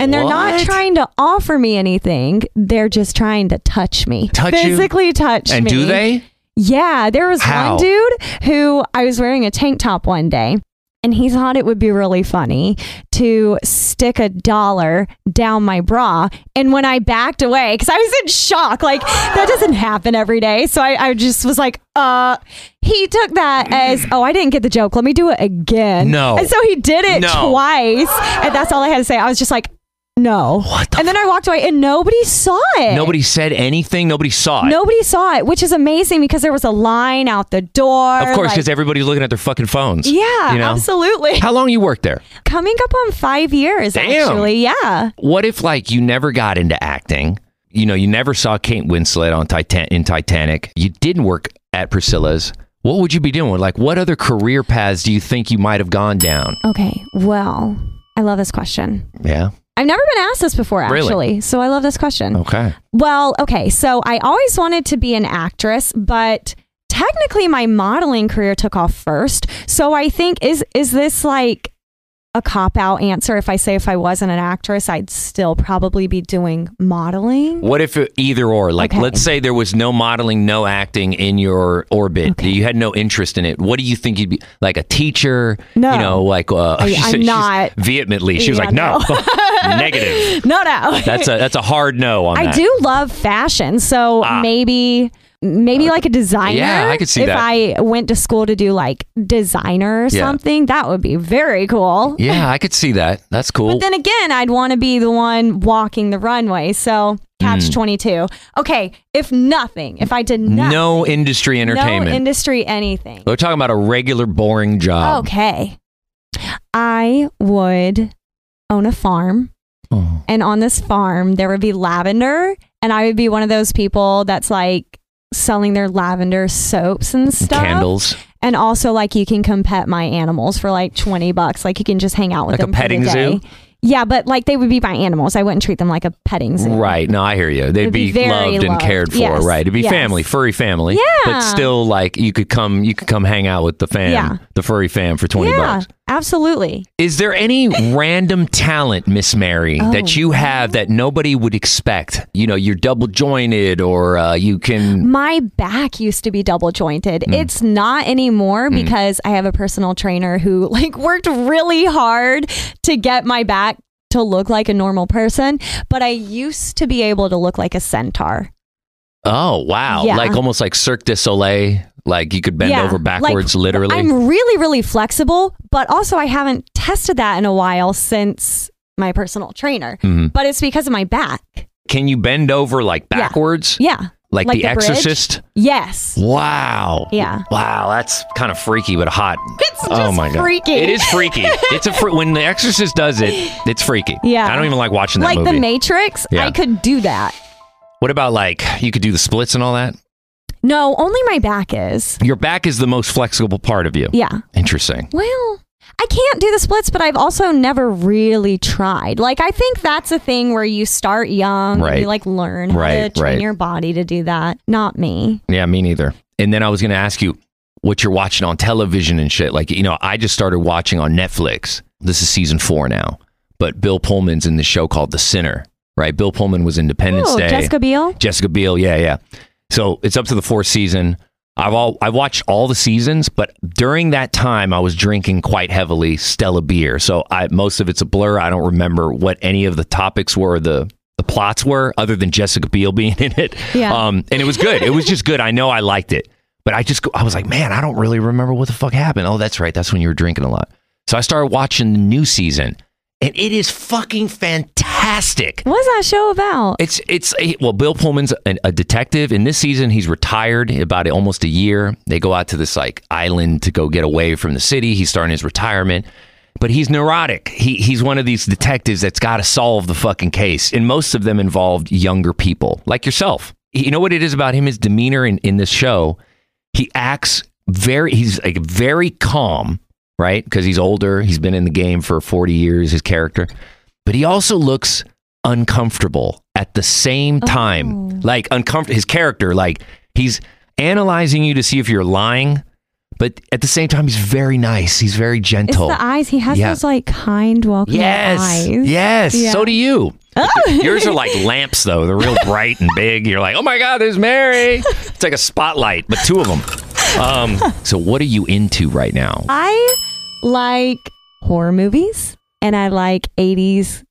Speaker 7: And they're
Speaker 3: What?
Speaker 7: not trying to offer me anything. They're just trying to touch me.
Speaker 3: Touch you?
Speaker 7: Physically touch
Speaker 3: And
Speaker 7: me.
Speaker 3: do they?
Speaker 7: Yeah, there was
Speaker 3: How?
Speaker 7: one dude who I was wearing a tank top one day, and he thought it would be really funny to stick a dollar down my bra. And when I backed away, because I was in shock, like that doesn't happen every day. So I, I just was like, uh, he took that as, oh, I didn't get the joke. Let me do it again.
Speaker 3: No.
Speaker 7: And so he did it
Speaker 3: No.
Speaker 7: twice. And that's all I had to say. I was just like, no.
Speaker 3: What the
Speaker 7: and then I walked away, and nobody saw it.
Speaker 3: Nobody said anything. Nobody saw it.
Speaker 7: Nobody saw it, which is amazing because there was a line out the door.
Speaker 3: Of course,
Speaker 7: like-
Speaker 3: because everybody's looking at their fucking phones.
Speaker 7: yeah,
Speaker 3: you know?
Speaker 7: absolutely.
Speaker 3: How long you worked there?
Speaker 7: Coming up on five years,
Speaker 3: Damn.
Speaker 7: actually. Yeah.
Speaker 3: What if like you never got into acting? You know, you never saw Kate Winslet on Titan- in Titanic. You didn't work at Priscilla's. What would you be doing? Like, what other career paths do you think you might have gone down?
Speaker 7: Okay. Well, I love this question.
Speaker 3: Yeah.
Speaker 7: I've never been asked this before,
Speaker 3: Really? Oh.
Speaker 7: actually. So I love this question.
Speaker 3: Okay.
Speaker 7: Well, okay. So I always wanted to be an actress, but technically my modeling career took off first. So I think is is this like a cop out answer if I say if I wasn't an actress, I'd still probably be doing modeling?
Speaker 3: What if it- either or? Like,
Speaker 7: Okay.
Speaker 3: let's say there was no modeling, no acting in your orbit. You had no interest in it. What do you think you'd be? Like a teacher?
Speaker 7: No.
Speaker 3: You know, like uh,
Speaker 7: I-
Speaker 3: she
Speaker 7: I'm
Speaker 3: said- she's
Speaker 7: not.
Speaker 3: Vehemently, she was
Speaker 7: Yeah,
Speaker 3: like, no, negative.
Speaker 7: No, no.
Speaker 3: That's a that's a hard no on
Speaker 7: I
Speaker 3: that.
Speaker 7: do love fashion, so
Speaker 3: Ah.
Speaker 7: maybe maybe like a designer.
Speaker 3: Yeah, I could see
Speaker 7: if
Speaker 3: that.
Speaker 7: I went to school to do like designer or
Speaker 3: Yeah.
Speaker 7: something, that would be very cool.
Speaker 3: Yeah, I could see that. That's cool.
Speaker 7: But then again, I'd want to be the one walking the runway. So catch
Speaker 3: Hmm.
Speaker 7: twenty two. Okay, if nothing, if I did not
Speaker 3: no industry entertainment.
Speaker 7: no industry anything.
Speaker 3: We're talking about a regular boring
Speaker 7: Oh,
Speaker 3: job.
Speaker 7: Okay, I would own a farm.
Speaker 3: Oh.
Speaker 7: and on this farm there would be lavender and i would be one of those people that's like selling their lavender soaps and stuff
Speaker 3: Candles.
Speaker 7: And also, like, you can come pet my animals for like 20 bucks. Like, you can just hang out with
Speaker 3: Like a
Speaker 7: them. for the
Speaker 3: petting zoo?
Speaker 7: day. Yeah, but like, they would be my animals. I wouldn't treat them like a petting zoo.
Speaker 3: Right. No, I hear you. They'd
Speaker 7: It'd be
Speaker 3: be,
Speaker 7: very
Speaker 3: loved and
Speaker 7: loved.
Speaker 3: cared for.
Speaker 7: Yes.
Speaker 3: Right. It'd be
Speaker 7: Yes.
Speaker 3: family, furry family. But
Speaker 7: Yeah.
Speaker 3: still like you could come you could come hang out with the fam,
Speaker 7: Yeah.
Speaker 3: the furry fam for twenty
Speaker 7: Yeah,
Speaker 3: bucks.
Speaker 7: absolutely.
Speaker 3: Is there any random talent, Miss Mary,
Speaker 7: Oh.
Speaker 3: that you have that nobody would expect? You know, you're double jointed or uh, you can
Speaker 7: My back used to be double jointed.
Speaker 3: Hmm.
Speaker 7: It's not anymore because I have a personal trainer who like worked really hard to get my back to look like a normal person, but I used to be able to look like a centaur.
Speaker 3: Oh wow.
Speaker 7: Yeah.
Speaker 3: Like almost like Cirque du Soleil. Like you could bend
Speaker 7: Yeah,
Speaker 3: over
Speaker 7: like,
Speaker 3: backwards literally.
Speaker 7: I'm really really flexible, but also I haven't tested that in a while since my personal trainer.
Speaker 3: Mhm.
Speaker 7: But it's because of my back.
Speaker 3: Can you bend over like
Speaker 7: Yeah.
Speaker 3: backwards?
Speaker 7: Yeah.
Speaker 3: Like,
Speaker 7: Like
Speaker 3: the,
Speaker 7: the bridge?
Speaker 3: exorcist?
Speaker 7: Yes.
Speaker 3: Wow.
Speaker 7: Yeah.
Speaker 3: Wow, that's kind of freaky but hot.
Speaker 7: It's
Speaker 3: oh
Speaker 7: just
Speaker 3: my god.
Speaker 7: freaky.
Speaker 3: It is freaky. It's a fr- when the exorcist does it, it's freaky.
Speaker 7: Yeah.
Speaker 3: I don't even like watching that
Speaker 7: Like
Speaker 3: movie.
Speaker 7: the Matrix,
Speaker 3: Yeah.
Speaker 7: I could do that.
Speaker 3: what about like you could do the splits and all that?
Speaker 7: No, only my back is.
Speaker 3: Your back is the most flexible part of you.
Speaker 7: Yeah.
Speaker 3: Interesting.
Speaker 7: Well, I can't do the splits, but I've also never really tried. Like, I think that's a thing where you start young,
Speaker 3: Right.
Speaker 7: and you like learn how to
Speaker 3: Right,
Speaker 7: train
Speaker 3: right.
Speaker 7: your body to do that. Not me.
Speaker 3: Yeah, me neither. And then I was going to ask you what you're watching on television and shit. Like, you know, I just started watching on Netflix. This is season 4 now. But Bill Pullman's in the show called The Sinner, right? Bill Pullman was Independence
Speaker 7: Oh,
Speaker 3: Day.
Speaker 7: Jessica Biel.
Speaker 3: Jessica Biel. Yeah, yeah. So it's up to the fourth season. I've all I watched all the seasons, but during that time I was drinking quite heavily Stella beer. So I most of it's a blur. I don't remember what any of the topics were, or the the plots were, other than Jessica Biel being in it.
Speaker 7: Yeah.
Speaker 3: Um, and it was good. It was just good. I know I liked it, but I just go- I was like, man, I don't really remember what the fuck happened. Oh, that's right. That's when you were drinking a lot. So I started watching the new season, and it is fucking fantastic.
Speaker 7: What's that show about?
Speaker 3: It's it's well, Bill Pullman's a, a detective. In this season, he's retired about almost a year. They go out to this like island to go get away from the city. He's starting his retirement, but he's neurotic. He he's one of these detectives that's got to solve the fucking case, and most of them involved younger people like yourself. You know what it is about him? His demeanor in in this show he acts very he's like very calm right because he's older he's been in the game for 40 years his character but he also looks uncomfortable at the same
Speaker 7: Oh.
Speaker 3: time like uncomfortable his character like he's analyzing you to see if you're lying but at the same time he's very nice he's very
Speaker 7: It's
Speaker 3: gentle
Speaker 7: the eyes. He has
Speaker 3: Yeah.
Speaker 7: those like kind, welcoming
Speaker 3: yes
Speaker 7: eyes.
Speaker 3: yes
Speaker 7: Yeah. Oh.
Speaker 3: so do you yours are like lamps though they're real bright and big you're like oh my god there's mary it's like a spotlight but two of them um, so what are you into right now
Speaker 7: I like horror movies and I like 80s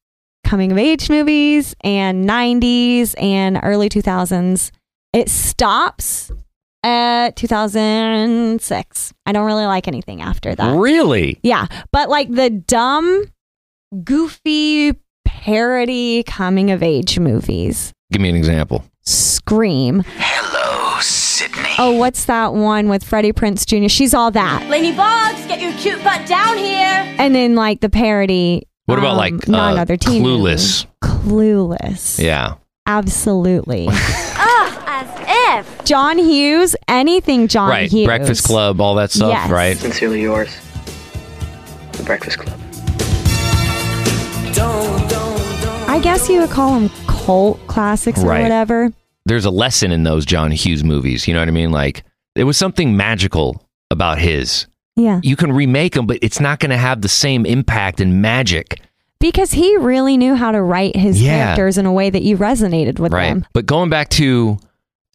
Speaker 7: coming of age movies and 90s and early 2000s. It stops at 2006. I don't really like anything after that.
Speaker 3: really
Speaker 7: Yeah, but like the dumb, goofy parody coming of age movies.
Speaker 3: give me an example
Speaker 7: Scream. Hello, Sydney. Oh, what's that one with Freddie Prince Jr.? She's all that.
Speaker 6: Lainey Boggs, get your cute butt down here.
Speaker 7: And then like the parody.
Speaker 3: what about
Speaker 7: um,
Speaker 3: like uh,
Speaker 7: not another teen
Speaker 3: clueless
Speaker 7: movie. Clueless.
Speaker 3: yeah
Speaker 7: Absolutely.
Speaker 6: Ugh, as if.
Speaker 7: John Hughes. Anything John
Speaker 3: right
Speaker 7: Hughes.
Speaker 3: breakfast club all that stuff
Speaker 7: Yes.
Speaker 3: right
Speaker 8: Sincerely yours, The Breakfast Club.
Speaker 7: I guess you would call them cult classics
Speaker 3: Right.
Speaker 7: or whatever.
Speaker 3: there's a lesson in those john hughes movies you know what i mean like there was something magical about his
Speaker 7: Yeah.
Speaker 3: you can remake them but it's not going to have the same impact and magic
Speaker 7: Because he really knew how to write his
Speaker 3: Yeah.
Speaker 7: characters in a way that you resonated with
Speaker 3: right
Speaker 7: them.
Speaker 3: but going back to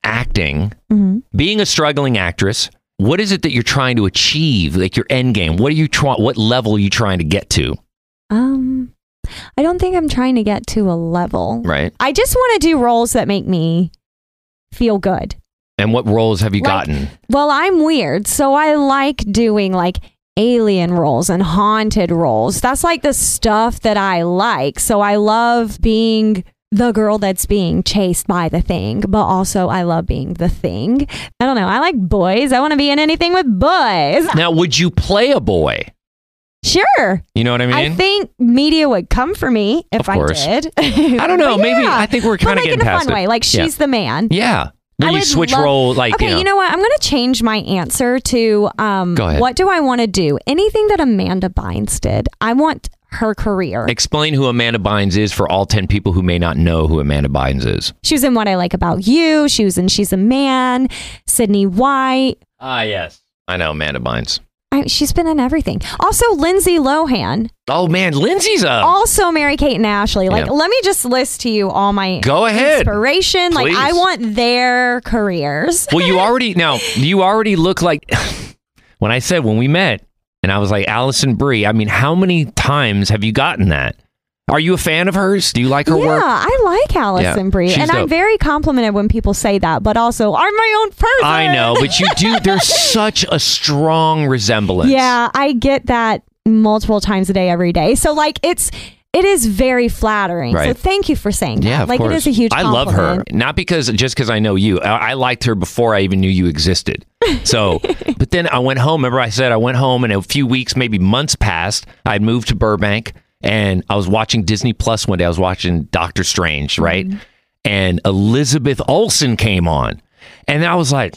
Speaker 3: acting
Speaker 7: hmm
Speaker 3: being a struggling actress what is it that you're trying to achieve like your end game what are you trying what level are you trying to get to
Speaker 7: Um, I don't think I'm trying to get to a level.
Speaker 3: right
Speaker 7: I just want to do roles that make me feel good.
Speaker 3: and what roles have you
Speaker 7: Like-
Speaker 3: gotten
Speaker 7: Well, I'm weird, so I like doing like alien roles and haunted roles. That's like the stuff that I like. So I love being the girl that's being chased by the thing, but also I love being the thing. I don't know. I like boys. I want to be in anything with boys.
Speaker 3: now would you play a boy
Speaker 7: Sure.
Speaker 3: you know what i mean
Speaker 7: I think media would come for me if
Speaker 3: Of course.
Speaker 7: I did.
Speaker 3: I don't know.
Speaker 7: But
Speaker 3: Maybe- I think we're
Speaker 7: But,
Speaker 3: kinda
Speaker 7: like
Speaker 3: getting
Speaker 7: in a
Speaker 3: past
Speaker 7: fun
Speaker 3: it.
Speaker 7: way. Like
Speaker 3: Yeah.
Speaker 7: she's the man.
Speaker 3: yeah Then
Speaker 7: I
Speaker 3: you
Speaker 7: would
Speaker 3: switch
Speaker 7: love-
Speaker 3: role, like
Speaker 7: okay,
Speaker 3: you know.
Speaker 7: what? I'm going to change my answer to um,
Speaker 3: Go ahead.
Speaker 7: what do I want to do? Anything that Amanda Bynes did, I want her career.
Speaker 3: Explain who Amanda Bynes is for all ten people who may not know who Amanda Bynes is.
Speaker 7: She was in What I Like About You. She was in She's a Man. Sydney White.
Speaker 3: Ah, yes, I know Amanda Bynes.
Speaker 7: I, she's been in everything. Also, Lindsay Lohan.
Speaker 3: Oh man, Lindsay's up.
Speaker 7: Also, Mary Kate and Ashley. Like,
Speaker 3: Yeah.
Speaker 7: let me just list to you all my
Speaker 3: Go ahead.
Speaker 7: inspiration.
Speaker 3: Please.
Speaker 7: Like, I want their careers.
Speaker 3: Well, you already now you already look like when I said when we met and I was like Allison Brie. I mean, how many times have you gotten that? Are you a fan of hers? Do you like her
Speaker 7: yeah,
Speaker 3: work?
Speaker 7: I like Allison
Speaker 3: Yeah,
Speaker 7: Brie,
Speaker 3: she's
Speaker 7: and I'm
Speaker 3: dope.
Speaker 7: very complimented when people say that. But also, I'm my own person.
Speaker 3: I know, but you do. There's such a strong resemblance.
Speaker 7: Yeah, I get that multiple times a day, every day. So like, it's it is very flattering. So
Speaker 3: Right.
Speaker 7: thank you for saying that.
Speaker 3: Yeah, of
Speaker 7: like
Speaker 3: course.
Speaker 7: it is a huge.
Speaker 3: I love her,
Speaker 7: compliment.
Speaker 3: not because just because I know you. I, I liked her before I even knew you existed. So, but then I went home. Remember, I said I went home, and a few weeks, maybe months passed. I had moved to Burbank, and I was watching Disney Plus one day. I was watching Doctor Strange, right?
Speaker 7: Mm-hmm.
Speaker 3: And Elizabeth Olsen came on, and I was like.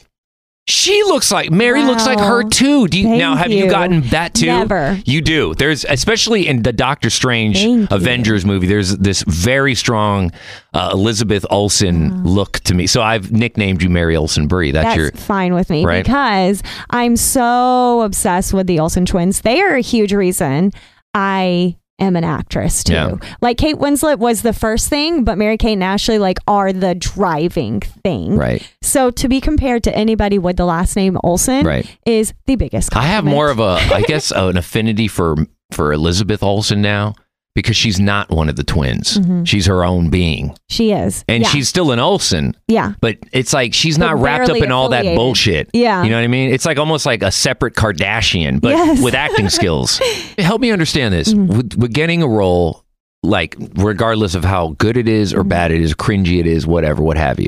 Speaker 3: She looks like Mary looks like her
Speaker 7: Wow.
Speaker 3: too. Do you now
Speaker 7: Thank
Speaker 3: have you.
Speaker 7: you.
Speaker 3: gotten that too?
Speaker 7: Never.
Speaker 3: You do. There's especially in the Doctor Strange
Speaker 7: Thank you.
Speaker 3: Avengers movie. There's this very strong uh, Elizabeth Olsen look to me. So I've nicknamed you Mary Olsen Brie. That's,
Speaker 7: That's
Speaker 3: your
Speaker 7: fine with me
Speaker 3: Right.
Speaker 7: because I'm so obsessed with the Olsen twins. They are a huge reason I am an actress too.
Speaker 3: Yeah.
Speaker 7: Like Kate Winslet was the first thing, but Mary Kate and Ashley like are the driving thing.
Speaker 3: right.
Speaker 7: So to be compared to anybody with the last name Olsen
Speaker 3: Right.
Speaker 7: is the biggest.
Speaker 3: I
Speaker 7: Compliment.
Speaker 3: have more of a, I guess, an affinity for for Elizabeth Olsen now because she's not one of the twins. She's her own being,
Speaker 7: she is,
Speaker 3: and
Speaker 7: yeah.
Speaker 3: she's still an Olsen.
Speaker 7: yeah.
Speaker 3: But it's like she's
Speaker 7: But
Speaker 3: not wrapped up
Speaker 7: barely
Speaker 3: in all that
Speaker 7: affiliated.
Speaker 3: bullshit.
Speaker 7: Yeah.
Speaker 3: You know what I mean? It's like almost like a separate Kardashian, but
Speaker 7: Yes. Mm.
Speaker 3: with acting skills. Help me understand this. With, with getting a role, like regardless of how good it is or
Speaker 7: Mm-hmm.
Speaker 3: bad it is, cringy it is, whatever, what have you,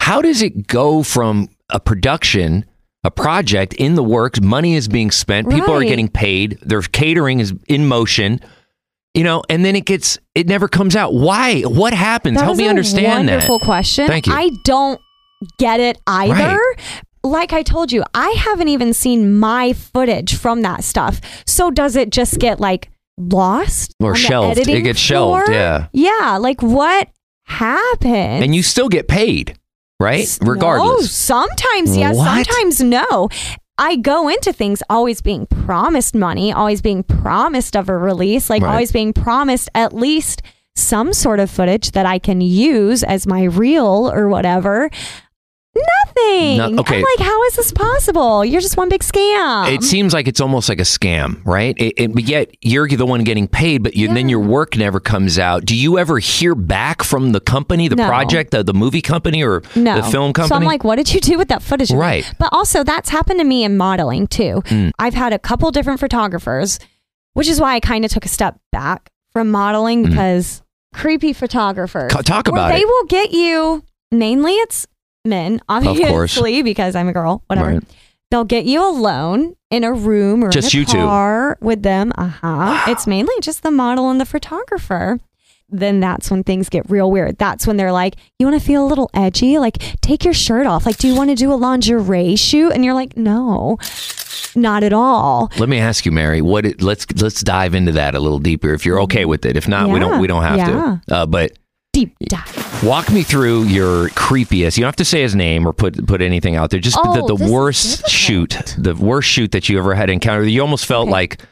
Speaker 3: how does it go from a production, a project in the works, money is being spent, people are
Speaker 7: Right.
Speaker 3: getting paid, their catering is in motion. You know, and then it gets, it never comes out. Why? What happens?
Speaker 7: That
Speaker 3: Help
Speaker 7: was
Speaker 3: me
Speaker 7: a
Speaker 3: understand that.
Speaker 7: wonderful question.
Speaker 3: Thank you.
Speaker 7: I don't get it either.
Speaker 3: Right.
Speaker 7: Like I told you, I haven't even seen my footage from that stuff. So does it just get like lost
Speaker 3: Or
Speaker 7: on the
Speaker 3: shelved. It
Speaker 7: editing
Speaker 3: gets shelved,
Speaker 7: floor?
Speaker 3: yeah.
Speaker 7: Yeah. Like what happened?
Speaker 3: and you still get paid, right?
Speaker 7: S- No,
Speaker 3: Regardless.
Speaker 7: sometimes yes,
Speaker 3: What?
Speaker 7: sometimes no. I go into things always being promised money, always being promised of a release, like
Speaker 3: Right.
Speaker 7: always being promised at least some sort of footage that I can use as my reel or whatever. Nothing.
Speaker 3: No- okay.
Speaker 7: I'm like, how is this possible? You're just one big scam.
Speaker 3: it seems like it's almost like a scam, right? It, it, but yet you're the one getting paid, but you, then your work never comes out. Do you ever hear back from the company, the
Speaker 7: No.
Speaker 3: project, the, the movie company, or
Speaker 7: no.
Speaker 3: the film company?
Speaker 7: So I'm like, what did you do with that footage?
Speaker 3: Right. Mm.
Speaker 7: But also, that's happened to me in modeling too. I've had a couple different photographers, which is why I kind of took a step back from modeling because creepy photographers.
Speaker 3: Co- Mm. talk
Speaker 7: where
Speaker 3: about
Speaker 7: they
Speaker 3: it.
Speaker 7: will get you, mainly it's men,
Speaker 3: course.
Speaker 7: obviously, because I'm a girl, whatever.
Speaker 3: Right.
Speaker 7: They'll get you alone in a room or
Speaker 3: Just
Speaker 7: in
Speaker 3: you
Speaker 7: a
Speaker 3: two.
Speaker 7: car with them. Uh huh. It's mainly just the model and the photographer. Then that's when things get real weird. That's when they're like, "You want to feel a little edgy? Like, take your shirt off. Like, do you want to do a lingerie shoot?" And you're like, "No, not at all."
Speaker 3: Let me ask you, Mary. What? It, let's let's dive into that a little deeper, if you're okay with it. If not, we don't
Speaker 7: Mm-hmm. Yeah.
Speaker 3: we don't have to.
Speaker 7: Yeah.
Speaker 3: Uh, but
Speaker 7: Deep dive.
Speaker 3: walk me through your creepiest. You don't have to say his name or put put anything out there. Just
Speaker 7: Oh,
Speaker 3: the,
Speaker 7: this
Speaker 3: the
Speaker 7: is
Speaker 3: worst shoot, the worst shoot that you ever had encountered. You almost felt like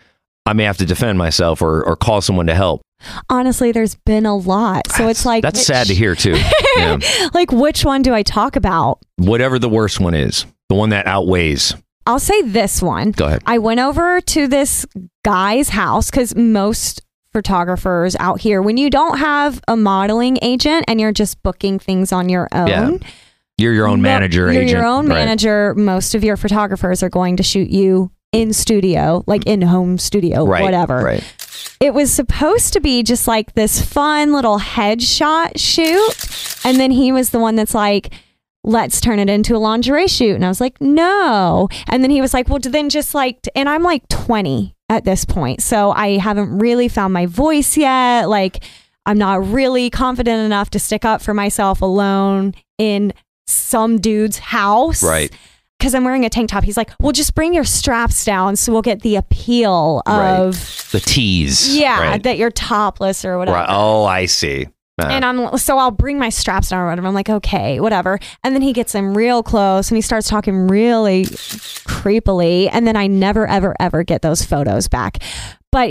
Speaker 3: I may have to defend myself or or call someone to help.
Speaker 7: Honestly, there's been a lot, so it's like
Speaker 3: That's
Speaker 7: which-
Speaker 3: sad to hear too. Yeah.
Speaker 7: Like, which one do I talk about?
Speaker 3: Whatever the worst one is, the one that outweighs.
Speaker 7: I'll say this one.
Speaker 3: Go ahead.
Speaker 7: I went over to this guy's house because most photographers out here, when you don't have a modeling agent and you're just booking things on your own,
Speaker 3: Yeah. You're your own
Speaker 7: mo-
Speaker 3: manager.
Speaker 7: you're
Speaker 3: agent.
Speaker 7: your own
Speaker 3: Right.
Speaker 7: manager. Most of your photographers are going to shoot you in studio, like in home studio,
Speaker 3: Right.
Speaker 7: whatever.
Speaker 3: Right.
Speaker 7: It was supposed to be just like this fun little headshot shoot. And then he was the one that's like, let's turn it into a lingerie shoot. And I was like, no. And then he was like, well, then just like, and I'm like 20 at this point. So I haven't really found my voice yet. Like, I'm not really confident enough to stick up for myself alone in some dude's house.
Speaker 3: Right.
Speaker 7: Because I'm wearing a tank top. He's like, well, just bring your straps down so we'll get the appeal of,
Speaker 3: the tease.
Speaker 7: yeah,
Speaker 3: Right.
Speaker 7: that you're topless or whatever.
Speaker 3: Right. Oh, I see. Uh,
Speaker 7: And I'm so I'll bring my straps down or whatever. I'm like, okay, whatever. And then he gets him real close and he starts talking really creepily. And then I never, ever, ever get those photos back. But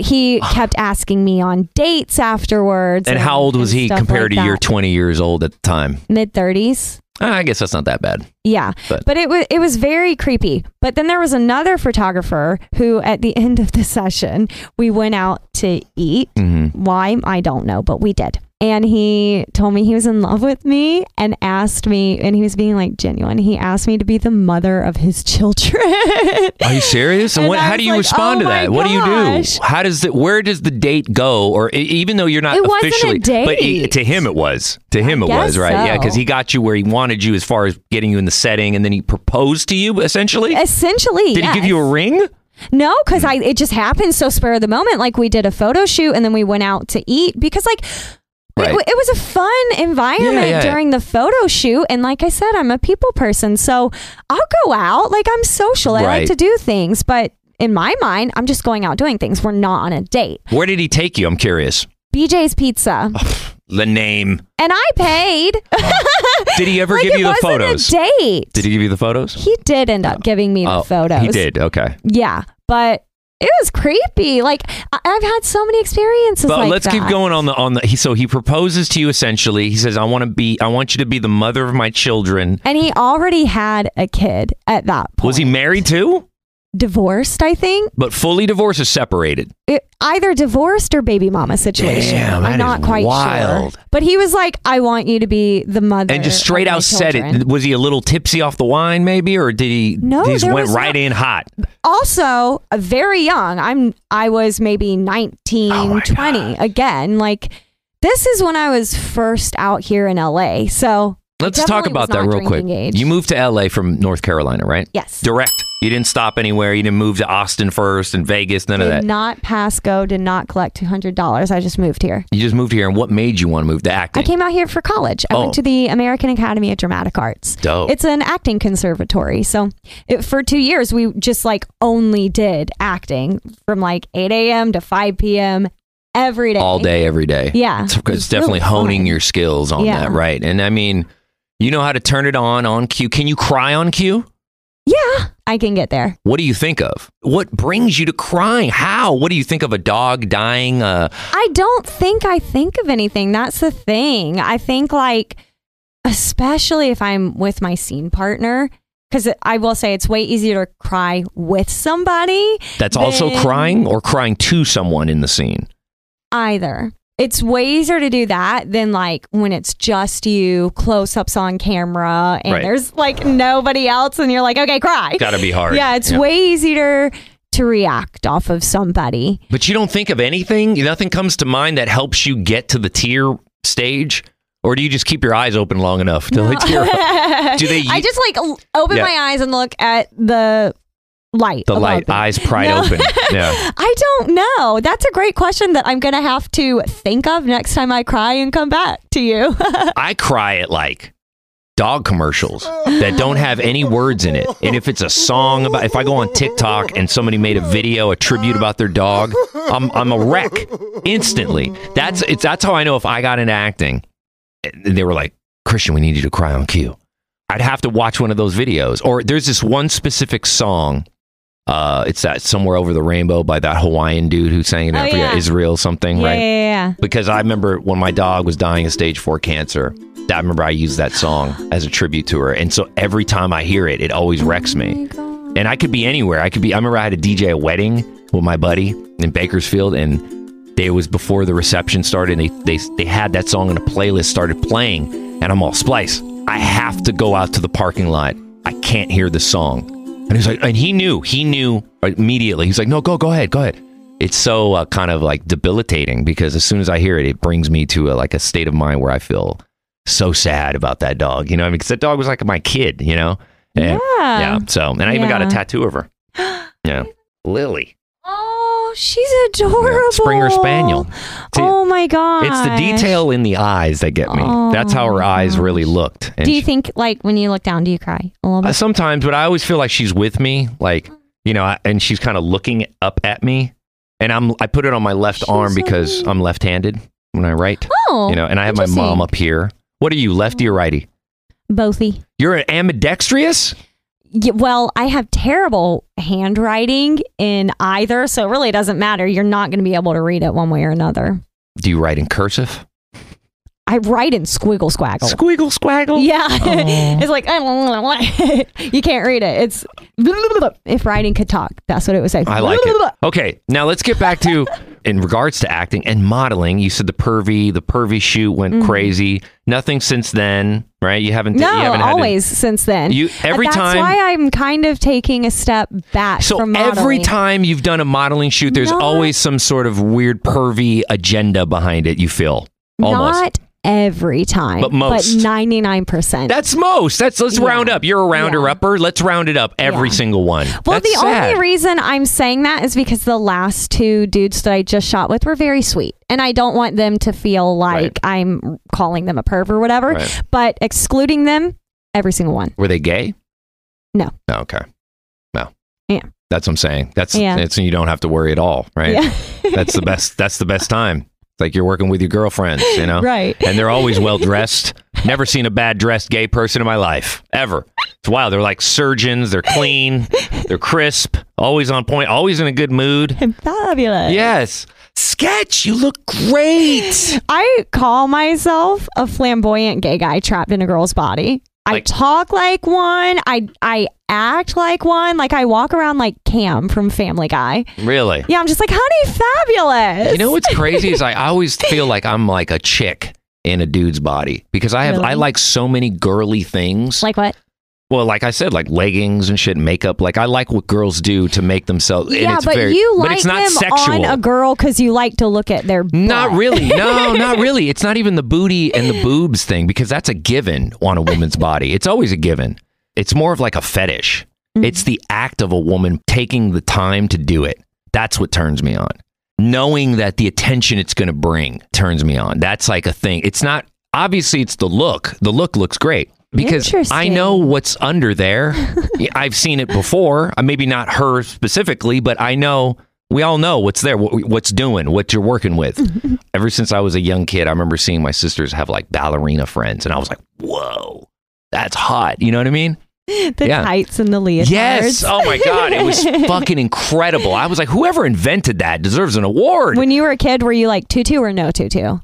Speaker 7: he kept asking me on dates afterwards.
Speaker 3: and how old was he compared to your
Speaker 7: your
Speaker 3: 20 years old at the time?
Speaker 7: mid thirties?
Speaker 3: Ah, I guess that's not that bad.
Speaker 7: Yeah,
Speaker 3: But-
Speaker 7: but, it was it was very creepy. But then there was another photographer who, at the end of the session, we went out to eat.
Speaker 3: Mm-hmm.
Speaker 7: Why I don't know, but we did. And he told me he was in love with me and asked me, and he was being like genuine. He asked me to be the mother of his children.
Speaker 3: Are you serious? And
Speaker 7: And
Speaker 3: what,
Speaker 7: I
Speaker 3: how
Speaker 7: was
Speaker 3: do you
Speaker 7: like,
Speaker 3: respond
Speaker 7: "Oh
Speaker 3: to that?
Speaker 7: my
Speaker 3: What do you
Speaker 7: gosh."
Speaker 3: do? How does it? Where does the date go? Or e- even though you're not
Speaker 7: It wasn't a
Speaker 3: officially, but he-
Speaker 7: date.
Speaker 3: to him it was. To him it was
Speaker 7: guess
Speaker 3: right. Yeah, because
Speaker 7: so.
Speaker 3: he got you where he wanted you as far as getting you in the setting, and then he proposed to you essentially.
Speaker 7: Uh, Essentially,
Speaker 3: Did he give you a Mm. ring?
Speaker 7: No, because I it just happened so spur of the moment. Like we did a photo shoot and then we went out to eat because like
Speaker 3: Right.
Speaker 7: it, w- it was a fun environment
Speaker 3: Yeah, yeah.
Speaker 7: during the photo shoot. And like I said, I'm a people person, so I'll go out. Like I'm social. I
Speaker 3: Right.
Speaker 7: like to do things, but in my mind, I'm just going out doing things. We're not on a date.
Speaker 3: Where did he take you? I'm curious.
Speaker 7: BJ's Pizza,
Speaker 3: The name.
Speaker 7: and I paid.
Speaker 3: Did he ever
Speaker 7: like
Speaker 3: give
Speaker 7: it
Speaker 3: you the
Speaker 7: wasn't
Speaker 3: photos?
Speaker 7: a date.
Speaker 3: Did he give you the photos? Oh,
Speaker 7: he did end up giving me the photos.
Speaker 3: He did. Okay.
Speaker 7: Yeah, but it was creepy. Like I- I've had so many experiences.
Speaker 3: But
Speaker 7: like
Speaker 3: let's keep
Speaker 7: that.
Speaker 3: going on the on the. He, so he proposes to you essentially. He says, "I want to be. I want you to be the mother of my children."
Speaker 7: And he already had a kid at that point.
Speaker 3: Was he married too?
Speaker 7: divorced? I think
Speaker 3: But fully divorced or separated?
Speaker 7: it, either divorced or baby mama situation.
Speaker 3: Damn, that
Speaker 7: I'm
Speaker 3: is
Speaker 7: not quite
Speaker 3: wild.
Speaker 7: sure. But he was like, "I want you to be the mother,"
Speaker 3: and just straight
Speaker 7: of my
Speaker 3: out said
Speaker 7: children."
Speaker 3: it. Was he a little tipsy off the wine, maybe, or did he?
Speaker 7: No,
Speaker 3: he just
Speaker 7: there
Speaker 3: went
Speaker 7: was
Speaker 3: right
Speaker 7: no-
Speaker 3: in hot.
Speaker 7: Also, uh, very young. I'm. I was maybe 19,
Speaker 3: Oh my
Speaker 7: 20 again. Like this is when I was first out here in LA. So I
Speaker 3: Let's talk
Speaker 7: definitely
Speaker 3: about
Speaker 7: was
Speaker 3: that
Speaker 7: not
Speaker 3: real quick.
Speaker 7: drinking Age.
Speaker 3: You moved to L.A. from North Carolina, right?
Speaker 7: Yes.
Speaker 3: Direct. You didn't stop anywhere. You didn't move to Austin first and Vegas. None of that.
Speaker 7: did not pass go, did not collect two hundred dollars. I just moved here.
Speaker 3: you just moved here. And what made you want to move to acting?
Speaker 7: I came out here for college. I
Speaker 3: Oh.
Speaker 7: went to the American Academy of Dramatic Arts.
Speaker 3: Dope.
Speaker 7: It's an acting conservatory. So it, for two years, we just like only did acting from like 8 a.m. to 5 p.m. every day.
Speaker 3: all day, every day.
Speaker 7: Yeah.
Speaker 3: It's,
Speaker 7: It
Speaker 3: it's
Speaker 7: was
Speaker 3: definitely
Speaker 7: really
Speaker 3: honing
Speaker 7: fun.
Speaker 3: your skills on
Speaker 7: Yeah.
Speaker 3: that, right? And I mean, you know how to turn it on on cue. Can you cry on cue?
Speaker 7: Yeah, I can get there.
Speaker 3: What do you think of? What brings you to crying? How? What do you think of a dog dying? Uh,
Speaker 7: I don't think I think of anything. That's the thing. I think like, especially if I'm with my scene partner, because I will say it's way easier to cry with somebody.
Speaker 3: that's also
Speaker 7: than-
Speaker 3: crying or crying to someone in the scene.
Speaker 7: either. It's way easier to do that than like when it's just you, close ups on camera, and
Speaker 3: Right.
Speaker 7: there's like nobody else, and you're like, okay, cry.
Speaker 3: Gotta be hard.
Speaker 7: Yeah, it's way easier to react off of somebody.
Speaker 3: But you don't think of anything? Nothing comes to mind that helps you get to the tear stage? Or do you just keep your eyes open long enough to like tear up? Do they
Speaker 7: I just like l- open
Speaker 3: Yeah.
Speaker 7: my eyes and look at the light.
Speaker 3: the
Speaker 7: above
Speaker 3: light,
Speaker 7: me.
Speaker 3: eyes pried
Speaker 7: No.
Speaker 3: open? Yeah.
Speaker 7: I don't know. That's a great question that I'm going to have to think of next time I cry and come back to you.
Speaker 3: I cry at like dog commercials that don't have any words in it. And if it's a song about if I go on TikTok and somebody made a video, a tribute about their dog, I'm I'm a wreck instantly. That's it's that's how I know if I got into acting. And they were like, "Christian, we need you to cry on cue." I'd have to watch one of those videos. Or there's this one specific song uh, it's that somewhere over the rainbow by that Hawaiian dude who sang it.
Speaker 7: Oh,
Speaker 3: I forget
Speaker 7: yeah.
Speaker 3: Israel something,
Speaker 7: yeah,
Speaker 3: right?
Speaker 7: yeah, yeah.
Speaker 3: because I remember when my dog was dying of stage four cancer. that- I remember I used that song as a tribute to her, and so every time I hear it, it always wrecks me. And I could be anywhere. I could be. I remember I had a DJ a wedding with my buddy in Bakersfield, and they, it was before the reception started. And they they they had that song in a playlist started playing, and I'm all splice. I have to go out to the parking lot. I can't hear the song. And he's like, and he knew, he knew immediately. He's like, no, go, go ahead, go ahead. It's so uh, kind of like debilitating because as soon as I hear it, it brings me to a, like a state of mind where I feel so sad about that dog. You know, what I mean, because that dog was like my kid. You know, and,
Speaker 7: Yeah.
Speaker 3: So, and I even got a
Speaker 7: Yeah.
Speaker 3: tattoo of her. Yeah, Lily.
Speaker 7: Oh, she's adorable.
Speaker 3: Springer Spaniel. See,
Speaker 7: oh my god.
Speaker 3: It's the detail in the eyes that get me. That's how her eyes really looked. And
Speaker 7: Do you
Speaker 3: she-
Speaker 7: think like when you look down, do you cry a little
Speaker 3: Uh,
Speaker 7: bit?
Speaker 3: sometimes, but I always feel like she's with me, like you know, I, and she's kind of looking up at me, and I'm I put it on my left
Speaker 7: She's
Speaker 3: arm
Speaker 7: so
Speaker 3: because
Speaker 7: neat.
Speaker 3: I'm left-handed when I write,
Speaker 7: Oh,
Speaker 3: you know, and I have my
Speaker 7: interesting.
Speaker 3: mom up here. What are you, lefty or righty?
Speaker 7: Bothy.
Speaker 3: You're an ambidextrous.
Speaker 7: Yeah, well, I have terrible handwriting in either, so it really doesn't matter. You're not going to be able to read it one way or another.
Speaker 3: Do you write in cursive?
Speaker 7: I write in squiggle squaggle.
Speaker 3: Squiggle squaggle.
Speaker 7: yeah,
Speaker 3: oh.
Speaker 7: it's like I don't know what you can't read it. It's if writing could talk, that's what it would say.
Speaker 3: I like it. Okay, now let's get back to in regards to acting and modeling. You said the pervy, the pervy shoot went crazy. Nothing since then, right? You haven't.
Speaker 7: Mm-hmm. No,
Speaker 3: you haven't had to-
Speaker 7: always since then. Uh,
Speaker 3: You- every
Speaker 7: That's
Speaker 3: time-
Speaker 7: why I'm kind of taking a step back.
Speaker 3: So
Speaker 7: from
Speaker 3: every
Speaker 7: modeling.
Speaker 3: time you've done a modeling shoot, there's
Speaker 7: Not-
Speaker 3: always some sort of weird pervy agenda behind it. You feel almost.
Speaker 7: not every time,
Speaker 3: But most.
Speaker 7: ninety nine percent.
Speaker 3: that's most. That's let's
Speaker 7: Yeah.
Speaker 3: round up. You're a rounder
Speaker 7: Yeah.
Speaker 3: upper. Let's round it up every
Speaker 7: Yeah.
Speaker 3: single one.
Speaker 7: Well,
Speaker 3: That's
Speaker 7: the
Speaker 3: sad.
Speaker 7: only reason I'm saying that is because the last two dudes that I just shot with were very sweet, and I don't want them to feel like
Speaker 3: Right.
Speaker 7: I'm calling them a perv or whatever.
Speaker 3: Right.
Speaker 7: But excluding them, every single one.
Speaker 3: were they gay?
Speaker 7: No.
Speaker 3: No. Okay. No.
Speaker 7: Yeah.
Speaker 3: That's what I'm saying. That's
Speaker 7: Yeah.
Speaker 3: it's you don't have to worry at all, right?
Speaker 7: Yeah.
Speaker 3: that's the best. That's the best time. It's like you're working with your girlfriends, you know.
Speaker 7: Right.
Speaker 3: and they're always well dressed. Never seen a bad dressed gay person in my life ever. It's wild. They're like surgeons. They're clean. They're crisp. Always on point. Always in a good mood.
Speaker 7: And fabulous.
Speaker 3: Yes. Sketch. You look great.
Speaker 7: I call myself a flamboyant gay guy trapped in a girl's body. I
Speaker 3: Like-
Speaker 7: talk like one. I I act like one. Like I walk around like Cam from Family Guy.
Speaker 3: Really.
Speaker 7: Yeah, I'm just like, honey, fabulous.
Speaker 3: You know what's crazy is I always feel like I'm like a chick in a dude's body because I have I
Speaker 7: Really?
Speaker 3: like so many girly things.
Speaker 7: like what?
Speaker 3: well, like I said, like leggings and shit, makeup. Like I like what girls do to make themselves. and
Speaker 7: yeah,
Speaker 3: it's
Speaker 7: but
Speaker 3: very,
Speaker 7: you like
Speaker 3: but it's not
Speaker 7: them
Speaker 3: sexual.
Speaker 7: on a girl because you like to look at their butt.
Speaker 3: Not really. No, not really. It's not even the booty and the boobs thing because that's a given on a woman's body. It's always a given. It's more of like a fetish. It's
Speaker 7: Mm-hmm.
Speaker 3: the act of a woman taking the time to do it. That's what turns me on. Knowing that the attention it's going to bring turns me on. That's like a thing. It's not obviously it's the look. The look looks great because I
Speaker 7: Interesting.
Speaker 3: know what's under there. Yeah, I've seen it before. Uh, Maybe not her specifically, but I know we all know what's there, what, what's doing, what you're working with. Ever since I was a young kid, I remember seeing my sisters have like ballerina friends, and I was like, "Whoa, that's hot." You know what I mean?
Speaker 7: The
Speaker 3: Yeah.
Speaker 7: tights and the leotards.
Speaker 3: Yes. Oh my god, it was fucking incredible. I was like, "Whoever invented that deserves an award."
Speaker 7: When you were a kid, were you like tutu or no tutu?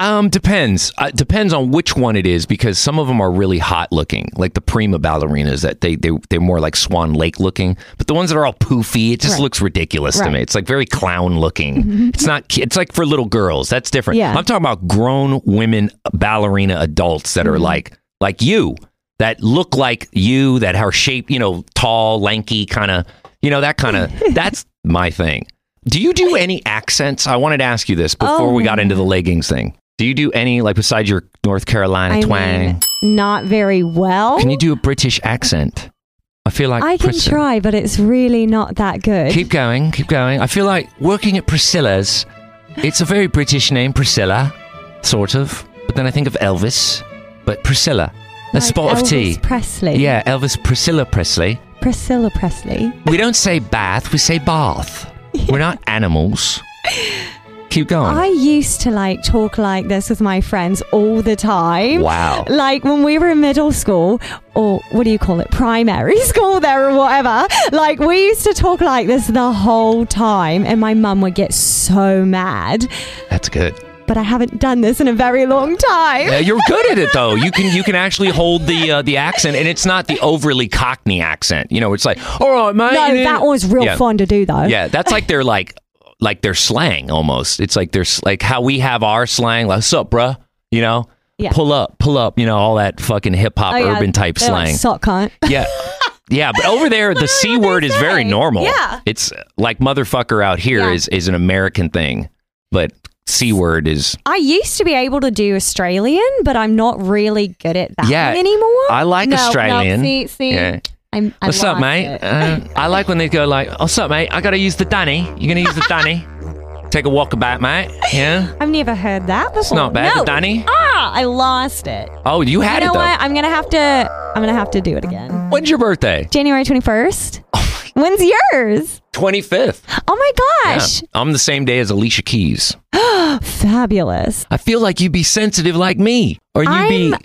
Speaker 3: Um, depends. Uh, depends on which one it is because some of them are really hot looking, like the prima ballerinas that they they they're more like Swan Lake looking. But the ones that are all poofy, it just
Speaker 7: Right.
Speaker 3: looks ridiculous to
Speaker 7: Right. Mm-hmm.
Speaker 3: me. It's like very clown looking. it's not. ki- It's like for little girls. That's different.
Speaker 7: Yeah.
Speaker 3: I'm talking about grown women uh, ballerina adults that
Speaker 7: Mm-hmm.
Speaker 3: are like like you that look like you that are shaped. You know, tall, lanky, kind of. You know that kind of. that's my thing. Do you do any accents? I wanted to ask you this
Speaker 7: Oh,
Speaker 3: before we got into the leggings thing. Do you do any like besides your North Carolina
Speaker 7: I
Speaker 3: twang?
Speaker 7: mean, not very well.
Speaker 3: can you do a British accent? I feel like
Speaker 7: I can
Speaker 3: Priscilla-
Speaker 7: try, but it's really not that good.
Speaker 3: Keep going, keep going. I feel like working at Priscilla's. It's a very British name, Priscilla, sort of. But then I think of Elvis, but Priscilla, a
Speaker 7: Like
Speaker 3: spot of
Speaker 7: Elvis
Speaker 3: tea.
Speaker 7: Presley.
Speaker 3: Yeah, Elvis Priscilla Presley.
Speaker 7: Priscilla Presley.
Speaker 3: We don't say bath, we say bath. We're not animals. Keep going.
Speaker 7: I used to like talk like this with my friends all the time.
Speaker 3: Wow.
Speaker 7: Like when we were in middle school, or what do you call it, primary school there or whatever, like we used to talk like this the whole time, and my mum would get so mad.
Speaker 3: That's good.
Speaker 7: But I haven't done this in a very long time.
Speaker 3: Yeah, you're good at it though. You can you can actually hold the uh, the accent, and it's not the overly Cockney accent. You know, it's like all right, mate.
Speaker 7: No, that was real
Speaker 3: Yeah.
Speaker 7: fun to do though.
Speaker 3: Yeah, that's like their like like their slang almost. It's like their s- like how we have our slang. Like, "What's up, bruh?" You know,
Speaker 7: Yeah.
Speaker 3: pull up, pull up. You know, all that fucking hip hop
Speaker 7: Oh, yeah.
Speaker 3: urban type
Speaker 7: They're
Speaker 3: slang.
Speaker 7: Like, Sock cunt.
Speaker 3: yeah. Yeah, but over there the c
Speaker 7: what they
Speaker 3: word is very
Speaker 7: say.
Speaker 3: normal.
Speaker 7: Yeah.
Speaker 3: it's uh, like motherfucker out here is
Speaker 7: Yeah.
Speaker 3: is an American thing, but c word is
Speaker 7: I used to be able to do Australian, but I'm not really good at that
Speaker 3: Yeah,
Speaker 7: anymore.
Speaker 3: I like
Speaker 7: No, no,
Speaker 3: Australian.
Speaker 7: see, see.
Speaker 3: Yeah.
Speaker 7: I'm. I
Speaker 3: What's up,
Speaker 7: lost
Speaker 3: mate?
Speaker 7: it.
Speaker 3: Uh, I like when they go like, "What's up, mate? I gotta use the dunny. You're gonna use the dunny. Take a walk about, mate. Yeah.
Speaker 7: I've never heard that before.
Speaker 3: not bad,
Speaker 7: no.
Speaker 3: Danny.
Speaker 7: Ah, I lost it.
Speaker 3: Oh, you
Speaker 7: You
Speaker 3: had
Speaker 7: know
Speaker 3: it though.
Speaker 7: what? I'm gonna have to. I'm gonna have to do it again.
Speaker 3: When's your birthday?
Speaker 7: January 21st.
Speaker 3: Oh
Speaker 7: When's yours?
Speaker 3: 25th.
Speaker 7: Oh my gosh!
Speaker 3: I'm the same day as Alicia Keys.
Speaker 7: Fabulous.
Speaker 3: I feel like you'd be sensitive like me, or you'd be.
Speaker 7: I'm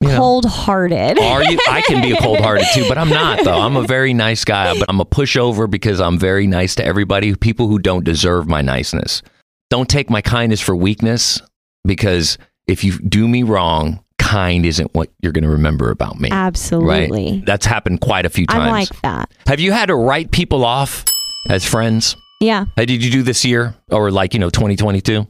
Speaker 3: you know.
Speaker 7: Cold-hearted.
Speaker 3: Are you? I can be a cold hearted too, but I'm not though. I'm a very nice guy, but I'm a pushover because I'm very nice to everybody. People who don't deserve my niceness. Don't take my kindness for weakness because if you do me wrong, kind isn't what you're going to remember about me.
Speaker 7: Absolutely.
Speaker 3: Right? That's happened quite a few
Speaker 7: I'm
Speaker 3: times.
Speaker 7: like that.
Speaker 3: Have you had to write people off as friends?
Speaker 7: Yeah.
Speaker 3: Uh, Did you do this year or like, you know, 2022?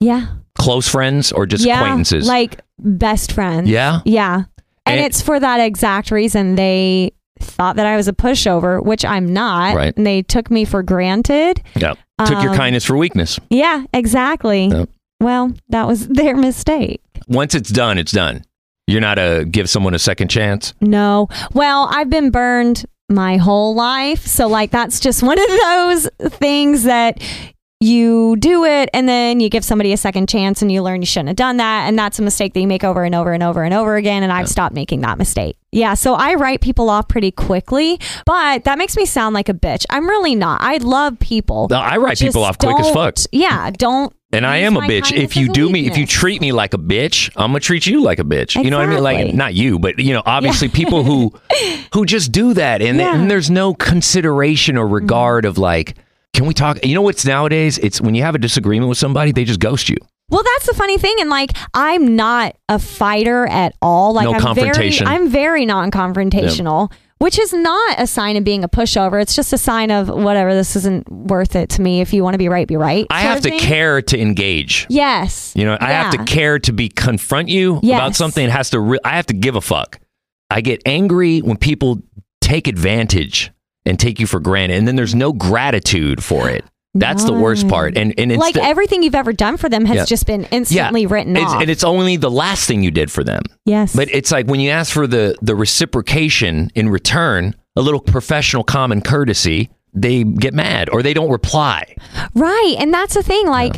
Speaker 7: Yeah.
Speaker 3: Close friends or just
Speaker 7: yeah.
Speaker 3: acquaintances?
Speaker 7: Like best friends.
Speaker 3: yeah.
Speaker 7: Yeah. And,
Speaker 3: And-
Speaker 7: it's for that exact reason they thought that I was a pushover, which I'm not.
Speaker 3: Right.
Speaker 7: And they took me for granted.
Speaker 3: Yeah. Took your
Speaker 7: Um,
Speaker 3: kindness for weakness.
Speaker 7: Yeah, exactly.
Speaker 3: Yep.
Speaker 7: Well, that was their mistake.
Speaker 3: once it's done, it's done. You're not a give someone a second chance.
Speaker 7: No. Well, I've been burned my whole life. So, like, that's just one of those things that you do it and then you give somebody a second chance and you learn you shouldn't have done that. And that's a mistake that you make over and over and over and over again. And I've stopped making that mistake. Yeah. So, I write people off pretty quickly, but that makes me sound like a bitch. I'm really not. I love people.
Speaker 3: No, I write people
Speaker 7: Just
Speaker 3: off quick as fuck.
Speaker 7: don't- Yeah. Don't.
Speaker 3: And I
Speaker 7: use
Speaker 3: am a
Speaker 7: my
Speaker 3: bitch.
Speaker 7: kindness
Speaker 3: If you
Speaker 7: as a
Speaker 3: do me, if you
Speaker 7: weakness.
Speaker 3: treat me like a bitch, I'm gonna treat you like a bitch. You know what I mean? Like
Speaker 7: Exactly.
Speaker 3: not you, but you know, obviously people who who just do that, and,
Speaker 7: Yeah. Mm-hmm.
Speaker 3: and there's no consideration or regard of like, can we talk? You know what's nowadays? It's when you have a disagreement with somebody, they just ghost you.
Speaker 7: Well, that's the funny thing, and like I'm not a fighter at all. Like
Speaker 3: No
Speaker 7: I'm
Speaker 3: confrontation.
Speaker 7: Very, I'm very non-confrontational, which is not a sign of being a pushover. It's just a sign of whatever. This isn't worth it to me. If you want to be right, be right.
Speaker 3: I
Speaker 7: sort
Speaker 3: have
Speaker 7: of
Speaker 3: to
Speaker 7: thing.
Speaker 3: care to engage.
Speaker 7: Yes.
Speaker 3: You know, I have to
Speaker 7: Yeah.
Speaker 3: care to be confront you about
Speaker 7: Yes.
Speaker 3: something. It has to. Re- I have to give a fuck. I get angry when people take advantage and take you for granted, and then there's no gratitude for it. That's the worst part. And and it's
Speaker 7: Like
Speaker 3: the-
Speaker 7: everything you've ever done for them has
Speaker 3: Yeah.
Speaker 7: just been
Speaker 3: yeah,
Speaker 7: instantly written
Speaker 3: it's,
Speaker 7: off.
Speaker 3: and it's only the last thing you did for them.
Speaker 7: yes.
Speaker 3: But it's like when you ask for the the reciprocation in return, a little professional common courtesy, they get mad or they don't reply.
Speaker 7: Right. And that's the thing. Like,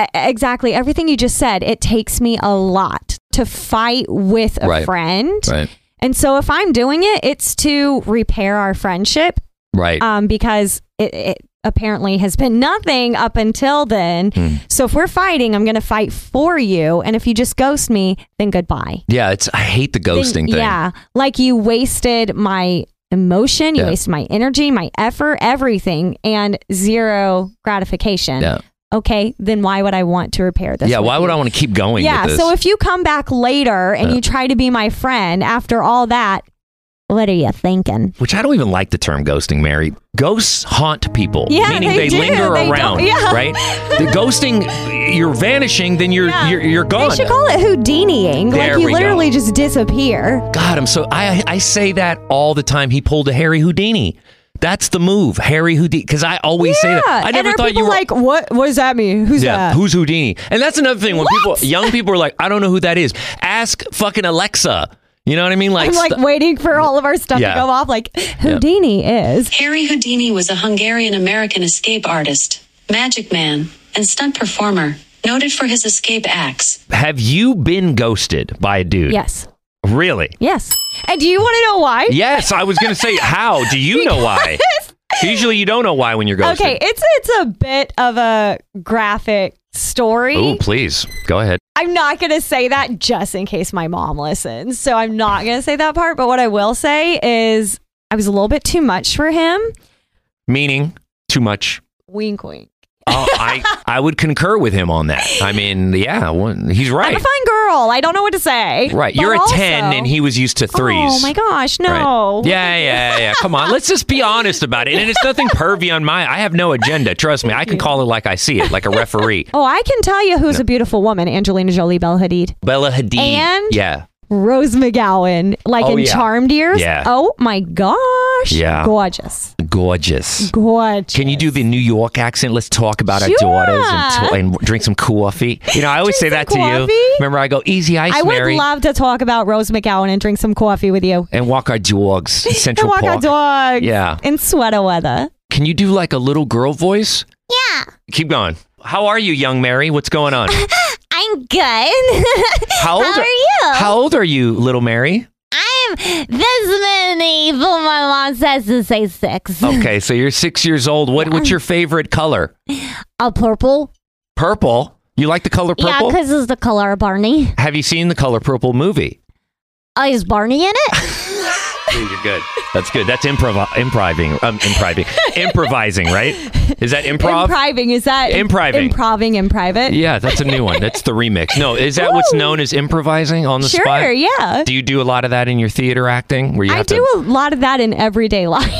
Speaker 7: e- exactly everything you just said, it takes me a lot to fight with a
Speaker 3: Right.
Speaker 7: friend.
Speaker 3: Right.
Speaker 7: And so if I'm doing it, it's to repair our friendship
Speaker 3: Right.
Speaker 7: um, because it, it apparently has been nothing up until then.
Speaker 3: Hmm.
Speaker 7: So if we're fighting, I'm going to fight for you. And if you just ghost me, then goodbye.
Speaker 3: yeah. It's I hate the
Speaker 7: Then-
Speaker 3: ghosting thing.
Speaker 7: Yeah. Like you wasted my emotion, you
Speaker 3: Yeah.
Speaker 7: wasted my energy, my effort, everything, and zero gratification
Speaker 3: Yeah.
Speaker 7: okay, then why would I want to repair this?
Speaker 3: yeah.
Speaker 7: with
Speaker 3: Why
Speaker 7: you?
Speaker 3: would I want to keep going?
Speaker 7: Yeah.
Speaker 3: With this?
Speaker 7: So if you come back later and you try to be my friend after all that, what are you thinking?
Speaker 3: which I don't even like the term ghosting, Mary. Ghosts haunt people,
Speaker 7: Yeah,
Speaker 3: meaning they,
Speaker 7: they do.
Speaker 3: linger
Speaker 7: They don't-
Speaker 3: around,
Speaker 7: yeah.
Speaker 3: right? The ghosting, you're vanishing, then you're
Speaker 7: Yeah.
Speaker 3: you're, you're
Speaker 7: They
Speaker 3: gone.
Speaker 7: should call it Houdiniing.
Speaker 3: There
Speaker 7: like you
Speaker 3: we
Speaker 7: literally just disappear.
Speaker 3: God, I'm so I I say that all the time. He pulled a Harry Houdini. That's the move, Harry Houdini. Because I always say that. I
Speaker 7: and
Speaker 3: never
Speaker 7: are
Speaker 3: thought
Speaker 7: people
Speaker 3: you were.
Speaker 7: like, what? What does that mean? Who's
Speaker 3: yeah,
Speaker 7: that?
Speaker 3: who's Houdini? And that's another thing when
Speaker 7: What?
Speaker 3: people, young people, are like, I don't know who that is. Ask fucking Alexa. You know what I mean? Like,
Speaker 7: I'm like
Speaker 3: st-
Speaker 7: waiting for all of our stuff
Speaker 3: Yeah.
Speaker 7: to go off. Like Houdini is.
Speaker 9: Harry Houdini was a Hungarian American escape artist, magic man, and stunt performer, noted for his escape acts.
Speaker 3: have you been ghosted by a dude?
Speaker 7: Yes.
Speaker 3: Really?
Speaker 7: Yes. And do you want to know why?
Speaker 3: Yes, I was going to say, how do you know why? Usually, you don't know why when you're ghosted.
Speaker 7: Okay, it's it's a bit of a graphic story.
Speaker 3: Oh, please go ahead.
Speaker 7: I'm not going to say that just in case my mom listens. So I'm not going to say that part. But what I will say is I was a little bit too much for him.
Speaker 3: Meaning too much.
Speaker 7: Wink, wink.
Speaker 3: Oh, I I would concur with him on that. I mean, yeah, one, he's
Speaker 7: I'm a
Speaker 3: right.
Speaker 7: fine girl. I don't know what to say.
Speaker 3: Right,
Speaker 7: But
Speaker 3: you're a ten,
Speaker 7: also-
Speaker 3: and he was used to threes.
Speaker 7: Oh my gosh,
Speaker 3: Right.
Speaker 7: no.
Speaker 3: Yeah, yeah, yeah. Come on, let's just be honest about it. And it's nothing pervy on my. I have no agenda. Trust me, I can call it like I see it, like a referee.
Speaker 7: Oh, I can tell you who's a beautiful woman: Angelina Jolie, Belle Hadid,
Speaker 3: Bella Hadid.
Speaker 7: And-
Speaker 3: yeah,
Speaker 7: Rose McGowan, like
Speaker 3: Oh,
Speaker 7: in
Speaker 3: yeah.
Speaker 7: Charmed years.
Speaker 3: Yeah.
Speaker 7: Oh my gosh,
Speaker 3: Yeah.
Speaker 7: gorgeous.
Speaker 3: gorgeous.
Speaker 7: Gorgeous.
Speaker 3: Can you do the New York accent? Let's talk about our daughters and,
Speaker 7: Sure.
Speaker 3: to- and drink some coffee. You know, I always say that
Speaker 7: Drink
Speaker 3: to
Speaker 7: some
Speaker 3: you.
Speaker 7: coffee?
Speaker 3: Remember, I go easy ice,
Speaker 7: I would
Speaker 3: Mary,
Speaker 7: love to talk about Rose McGowan and drink some coffee with you.
Speaker 3: and walk our dogs in
Speaker 7: And
Speaker 3: Central
Speaker 7: walk
Speaker 3: Park.
Speaker 7: our dogs.
Speaker 3: Yeah.
Speaker 7: In sweater weather.
Speaker 3: Can you do like a little girl voice? Yeah. Keep going. How are you, young Mary? What's going on?
Speaker 7: I'm good.
Speaker 3: How old are, you? How old are you, little Mary?
Speaker 7: this many, but my mom says to say six.
Speaker 3: Okay, so you're six years old. What what's your favorite color?
Speaker 7: A purple.
Speaker 3: Purple. You like the color purple?
Speaker 7: it's the color of Barney.
Speaker 3: Have you seen the color purple movie?
Speaker 7: Uh, is Barney in it?
Speaker 3: You're good. That's good. That's improv improving. Um, improving. improvising, right? Is that improv?
Speaker 7: Improving. Is that
Speaker 3: Improving.
Speaker 7: Improving in private.
Speaker 3: yeah, that's a new one. That's the remix. No, is that what's
Speaker 7: Woo.
Speaker 3: known as improvising on the
Speaker 7: Sure,
Speaker 3: spot?
Speaker 7: yeah.
Speaker 3: Do you do a lot of that in your theater acting? Where you
Speaker 7: I
Speaker 3: have
Speaker 7: do
Speaker 3: to,
Speaker 7: a lot of that in everyday life.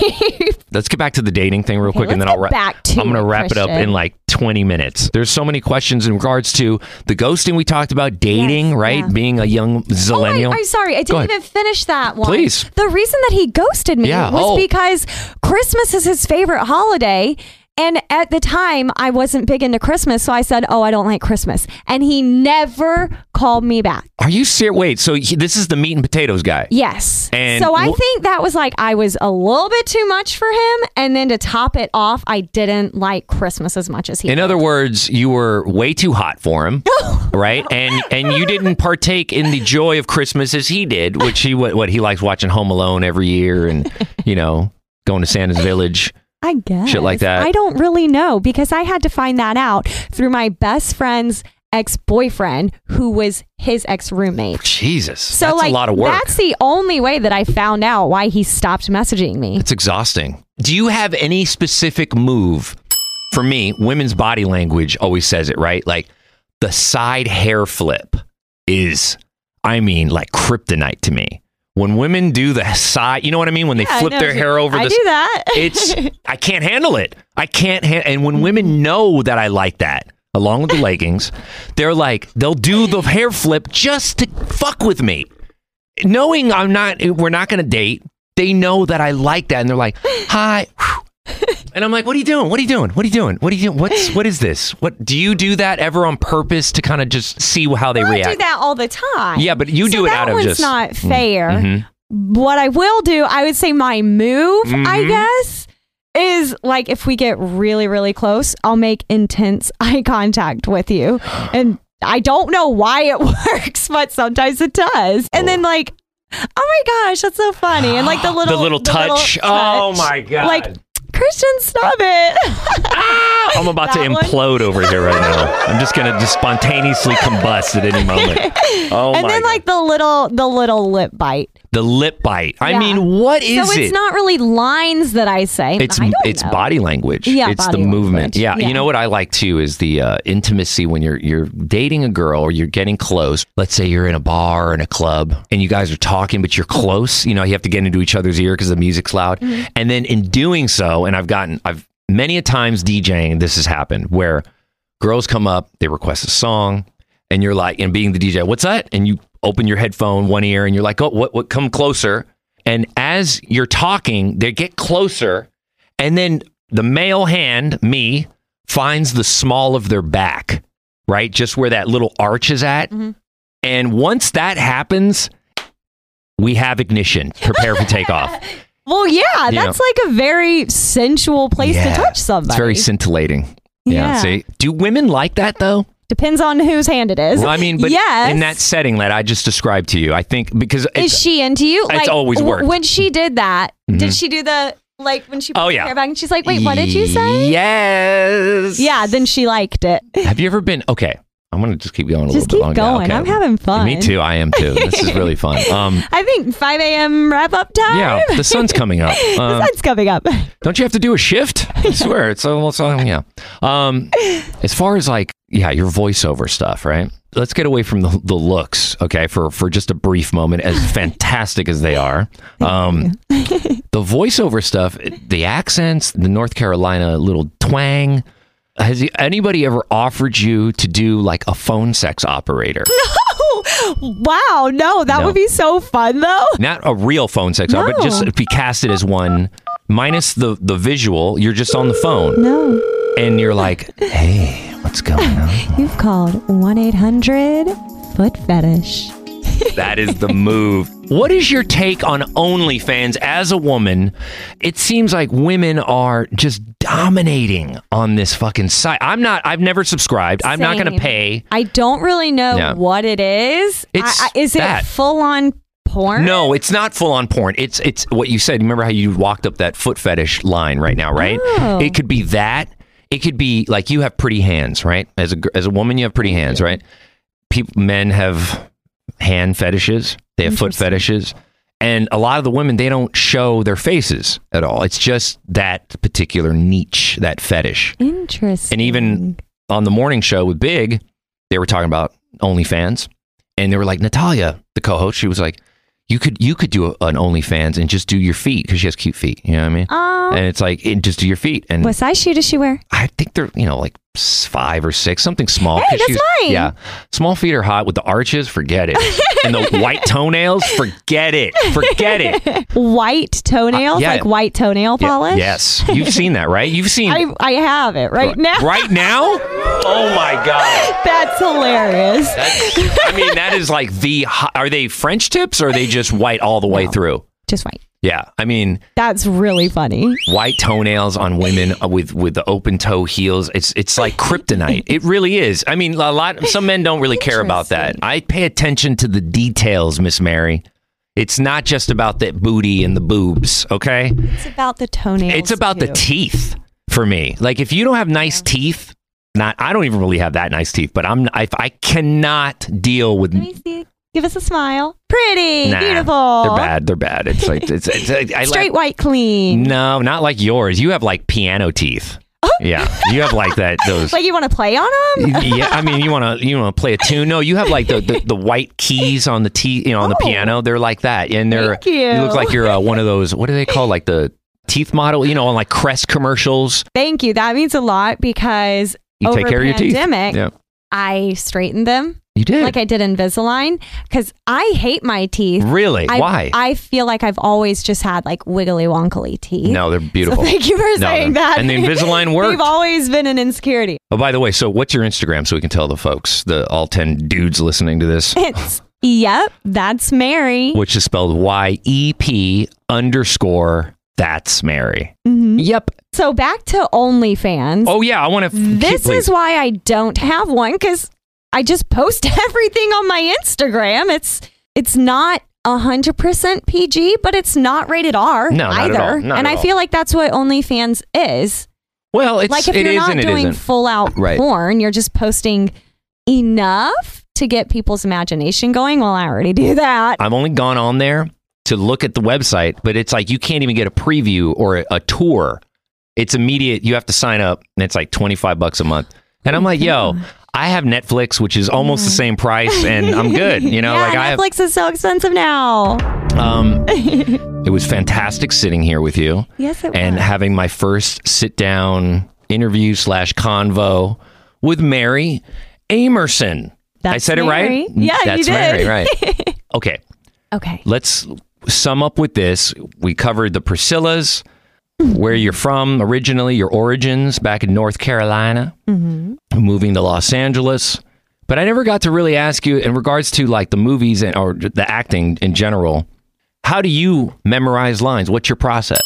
Speaker 3: let's get back to the dating thing real
Speaker 7: Okay,
Speaker 3: quick, and then
Speaker 7: let's
Speaker 3: I'll
Speaker 7: get
Speaker 3: wrap.
Speaker 7: back to
Speaker 3: I'm gonna
Speaker 7: it,
Speaker 3: wrap it up in
Speaker 7: Christian.
Speaker 3: like 20 minutes. There's so many questions in regards to the ghosting we talked about, dating, right?
Speaker 7: yeah.
Speaker 3: Being a young
Speaker 7: Oh, I,
Speaker 3: zillennial.
Speaker 7: I'm sorry. I
Speaker 3: Go ahead.
Speaker 7: didn't even finish that one.
Speaker 3: Please.
Speaker 7: The reason that he ghosted me
Speaker 3: Yeah,
Speaker 7: was
Speaker 3: oh.
Speaker 7: because Christmas is his favorite holiday. And at the time, I wasn't big into Christmas. So I said, Oh, I don't like Christmas. And he never called me back.
Speaker 3: Are you serious? Wait, so he, this is the meat and potatoes guy.
Speaker 7: Yes.
Speaker 3: And
Speaker 7: so I
Speaker 3: wh-
Speaker 7: think that was like I was a little bit too much for him. And then to top it off, I didn't like Christmas as much as he
Speaker 3: In
Speaker 7: did.
Speaker 3: other words, you were way too hot for him, right? And and you didn't partake in the joy of Christmas as he did, which he what, what he likes watching Home Alone every year, and you know going to Santa's Village.
Speaker 7: I guess.
Speaker 3: like that.
Speaker 7: I don't really know because I had to find that out through my best friend's ex boyfriend who was his ex roommate.
Speaker 3: Jesus,
Speaker 7: So,
Speaker 3: that's
Speaker 7: like,
Speaker 3: a lot of work.
Speaker 7: that's the only way that I found out why he stopped messaging me.
Speaker 3: It's exhausting. Do you have any specific move? For me, women's body language always says it, right? Like the side hair flip is, I mean, like kryptonite to me. When women do the side, you know what I mean? When they
Speaker 7: Yeah, I
Speaker 3: flip
Speaker 7: know.
Speaker 3: their hair over
Speaker 7: I
Speaker 3: the
Speaker 7: do that.
Speaker 3: it's I can't handle it. I can't ha- and when women know that I like that along with the leggings, they're like they'll do the hair flip just to fuck with me. Knowing I'm not we're not going to date, they know that I like that and they're like, "Hi." And I'm like, "What are you doing? What are you doing? What are you doing? What are you doing? What's what is this? What do you do that ever on purpose to kind of just see how they
Speaker 7: I
Speaker 3: react?"
Speaker 7: do that all the time.
Speaker 3: Yeah, but you
Speaker 7: So
Speaker 3: do it
Speaker 7: that
Speaker 3: out of
Speaker 7: one's
Speaker 3: just
Speaker 7: not fair.
Speaker 3: Mhm.
Speaker 7: What I will do, I would say my move, I
Speaker 3: Mm-hmm.
Speaker 7: guess, is like if we get really, really close, I'll make intense eye contact with you. And I don't know why it works, but sometimes it does. And then, like, oh my gosh, that's so funny. And like the little,
Speaker 3: little touch. Oh my God.
Speaker 7: Like, Christian, stop it.
Speaker 3: Ah! I'm about to
Speaker 7: That one?
Speaker 3: implode over here right now. I'm just gonna just spontaneously combust at any moment. Oh
Speaker 7: and
Speaker 3: my!
Speaker 7: then, like, the little, the little lip bite.
Speaker 3: the lip bite. I
Speaker 7: Yeah.
Speaker 3: mean, what is
Speaker 7: so
Speaker 3: it?
Speaker 7: it's not really lines that I say.
Speaker 3: it's
Speaker 7: I don't
Speaker 3: it's
Speaker 7: know.
Speaker 3: body language.
Speaker 7: Yeah,
Speaker 3: it's
Speaker 7: body
Speaker 3: the movement.
Speaker 7: language.
Speaker 3: Yeah.
Speaker 7: Yeah.
Speaker 3: you know what I like too is the uh, intimacy when you're you're dating a girl or you're getting close. Let's say you're in a bar or in a club and you guys are talking, but you're close. You know, you have to get into each other's ear because the music's loud.
Speaker 7: Mm-hmm.
Speaker 3: And then in doing so, and I've gotten I've many a times DJing this has happened where girls come up, they request a song, and you're like, and being the DJ, what's that? And you open your headphone one ear and you're like, oh, what, what, come closer. And as you're talking, they get closer. And then the male hand, me, finds the small of their back, right? Just where that little arch is at.
Speaker 7: Mm-hmm.
Speaker 3: And once that happens, we have ignition. Prepare for takeoff.
Speaker 7: Well, yeah,
Speaker 3: You
Speaker 7: that's like a very sensual place
Speaker 3: Yeah.
Speaker 7: to touch somebody.
Speaker 3: It's very scintillating.
Speaker 7: Yeah.
Speaker 3: See, do women like that though?
Speaker 7: Depends on whose hand it is.
Speaker 3: Well, I mean, but
Speaker 7: yes.
Speaker 3: in that setting that I just described to you, I think because
Speaker 7: is
Speaker 3: it's,
Speaker 7: she into you?
Speaker 3: it's always
Speaker 7: w-
Speaker 3: worked. Mm-hmm.
Speaker 7: When she did that, did she do the like when she put
Speaker 3: Oh,
Speaker 7: her
Speaker 3: yeah.
Speaker 7: hair back and she's like, "Wait, what did you say?"
Speaker 3: Yes.
Speaker 7: Yeah, then she liked it.
Speaker 3: Have you ever been? Okay, I'm gonna just keep going a
Speaker 7: Just
Speaker 3: little bit
Speaker 7: keep
Speaker 3: longer.
Speaker 7: going.
Speaker 3: Okay.
Speaker 7: I'm having fun.
Speaker 3: Me too. I am too. This is really fun. Um,
Speaker 7: I think 5 a.m. wrap up time.
Speaker 3: yeah, the sun's coming up. Um,
Speaker 7: That's coming up.
Speaker 3: don't you have to do a shift? I swear, it's almost um, yeah. Um, as far as like yeah, your voiceover stuff, right? Let's get away from the, the looks, okay, for for just a brief moment, as fantastic as they are. Um, the voiceover stuff, the accents, the North Carolina little twang. Has anybody ever offered you to do like a phone sex operator?
Speaker 7: wow, no, that
Speaker 3: No.
Speaker 7: would be so fun though.
Speaker 3: Not a real phone sex operator,
Speaker 7: No.
Speaker 3: just be casted as one minus the the visual, you're just on the phone
Speaker 7: No,
Speaker 3: and you're like, "Hey, what's going on?"
Speaker 7: you've called 1 800 Foot Fetish.
Speaker 3: That is the move. What is your take on OnlyFans as a woman? It seems like women are just dominating on this fucking site. I'm not. I've never subscribed. I'm not going to
Speaker 7: Same.
Speaker 3: pay.
Speaker 7: I don't really know
Speaker 3: Yeah.
Speaker 7: what it is.
Speaker 3: It's
Speaker 7: I, I, is
Speaker 3: that.
Speaker 7: it full on porn?
Speaker 3: No, it's not full on porn. It's it's what you said. Remember how you walked up that foot fetish line right now, right?
Speaker 7: Oh.
Speaker 3: It could be that. It could be like you have pretty hands, right? As a gr- as a woman, you have pretty hands, right? People, men have hand fetishes. They have foot fetishes, and a lot of the women they don't show their faces at all. It's just that particular niche, that fetish.
Speaker 7: Interesting.
Speaker 3: And even on the morning show with Big, they were talking about OnlyFans, and they were like Natalia, the co-host. She was like, "You could you could do a, an OnlyFans and just do your feet because she has cute feet. You know what I mean?
Speaker 7: Oh.
Speaker 3: and it's like and just do your feet. And
Speaker 7: what size shoe does she wear?
Speaker 3: I think they're you know like s- five or six, something small.
Speaker 7: Hey,
Speaker 3: 'cause
Speaker 7: that's mine.
Speaker 3: Yeah, small feet are hot with the arches. Forget it. and the white toenails. Forget it. Forget it. Yeah,
Speaker 7: White toenails,
Speaker 3: yeah.
Speaker 7: like white toenail polish.
Speaker 3: yes, you've seen that, right? You've seen.
Speaker 7: I, I have it right now.
Speaker 3: Right now? Oh my God.
Speaker 7: That's hilarious.
Speaker 3: I mean, that is like the. hi- Are they French tips or are they just white all the way through?
Speaker 7: Just white.
Speaker 3: Yeah, I mean,
Speaker 7: That's really funny.
Speaker 3: white toenails on women with with the open toe heels. It's it's like kryptonite. It really is. I mean, a lot. Some men don't really care about that. I pay attention to the details, Miss Mary. It's not just about that booty and the boobs. Okay,
Speaker 7: It's about the toenails.
Speaker 3: it's about the
Speaker 7: too.
Speaker 3: teeth for me. Like if you don't have nice teeth. Not, I don't even really have that nice teeth, but I'm I, I cannot deal with
Speaker 7: Let me see. Give us a smile. Pretty,
Speaker 3: Nah,
Speaker 7: beautiful.
Speaker 3: They're bad. They're bad. It's like it's, it's, I like-
Speaker 7: Straight, white, clean.
Speaker 3: no, not like yours. You have like piano teeth. Yeah, you have like that. Those.
Speaker 7: Oh. Like you want to play on them?
Speaker 3: yeah, I mean, you want to you want to play a tune? No, you have like the, the, the white keys on the te- you know, on the
Speaker 7: Oh.
Speaker 3: piano. They're like that, and they're
Speaker 7: Thank you.
Speaker 3: look like you're uh, one of those. What do they call like the teeth model? You know, on like Crest commercials.
Speaker 7: Thank you. That means a lot because
Speaker 3: You
Speaker 7: over
Speaker 3: take care of your
Speaker 7: pandemic,
Speaker 3: teeth. Yeah,
Speaker 7: I straightened them
Speaker 3: you did.
Speaker 7: like I did Invisalign because I hate my teeth.
Speaker 3: really?
Speaker 7: I,
Speaker 3: Why?
Speaker 7: I feel like I've always just had like wiggly wonkly teeth.
Speaker 3: no, they're
Speaker 7: So
Speaker 3: beautiful.
Speaker 7: thank you for
Speaker 3: No,
Speaker 7: saying
Speaker 3: they're-
Speaker 7: that.
Speaker 3: and the Invisalign worked.
Speaker 7: They've always been an insecurity.
Speaker 3: Oh, by the way, so what's your Instagram so we can tell the folks, the all 10 dudes listening to this,
Speaker 7: It's yep, that's Mary.
Speaker 3: which is spelled Y E P underscore that's Mary.
Speaker 7: Mm-hmm.
Speaker 3: Yep.
Speaker 7: So back to OnlyFans.
Speaker 3: Oh, yeah. I want to.
Speaker 7: this is why I don't have one because I just post everything on my Instagram. It's it's not hundred percent PG, but it's not rated R
Speaker 3: No, not at
Speaker 7: either.
Speaker 3: all. Not
Speaker 7: and
Speaker 3: at
Speaker 7: I
Speaker 3: all.
Speaker 7: feel like that's what OnlyFans is.
Speaker 3: Well, it's,
Speaker 7: like if
Speaker 3: it
Speaker 7: you're
Speaker 3: is
Speaker 7: not
Speaker 3: and it
Speaker 7: doing
Speaker 3: isn't.
Speaker 7: full out
Speaker 3: Right.
Speaker 7: porn, you're just posting enough to get people's imagination going. Well, I already do that.
Speaker 3: I've only gone on there to look at the website, but it's like you can't even get a preview or a, a tour. It's immediate. You have to sign up, and it's like 25 bucks a month. And
Speaker 7: Oh,
Speaker 3: I'm like, yo, I have Netflix, which is almost the same price, and I'm good. You know,
Speaker 7: yeah,
Speaker 3: like I have.
Speaker 7: Netflix is so expensive now.
Speaker 3: Um, it was fantastic sitting here with you
Speaker 7: Yes, it
Speaker 3: and having my first sit down interview slash convo with Mary Amerson. I
Speaker 7: That's
Speaker 3: said
Speaker 7: Mary.
Speaker 3: it right.
Speaker 7: Yeah, you
Speaker 3: that's
Speaker 7: did.
Speaker 3: Mary, right? okay,
Speaker 7: Okay.
Speaker 3: let's sum up with this. We covered the Priscillas, where you're from originally, your origins back in North Carolina, moving to Los Angeles. But I never got to really ask you in regards to like the movies and or the acting in general. How do you memorize lines? What's your process?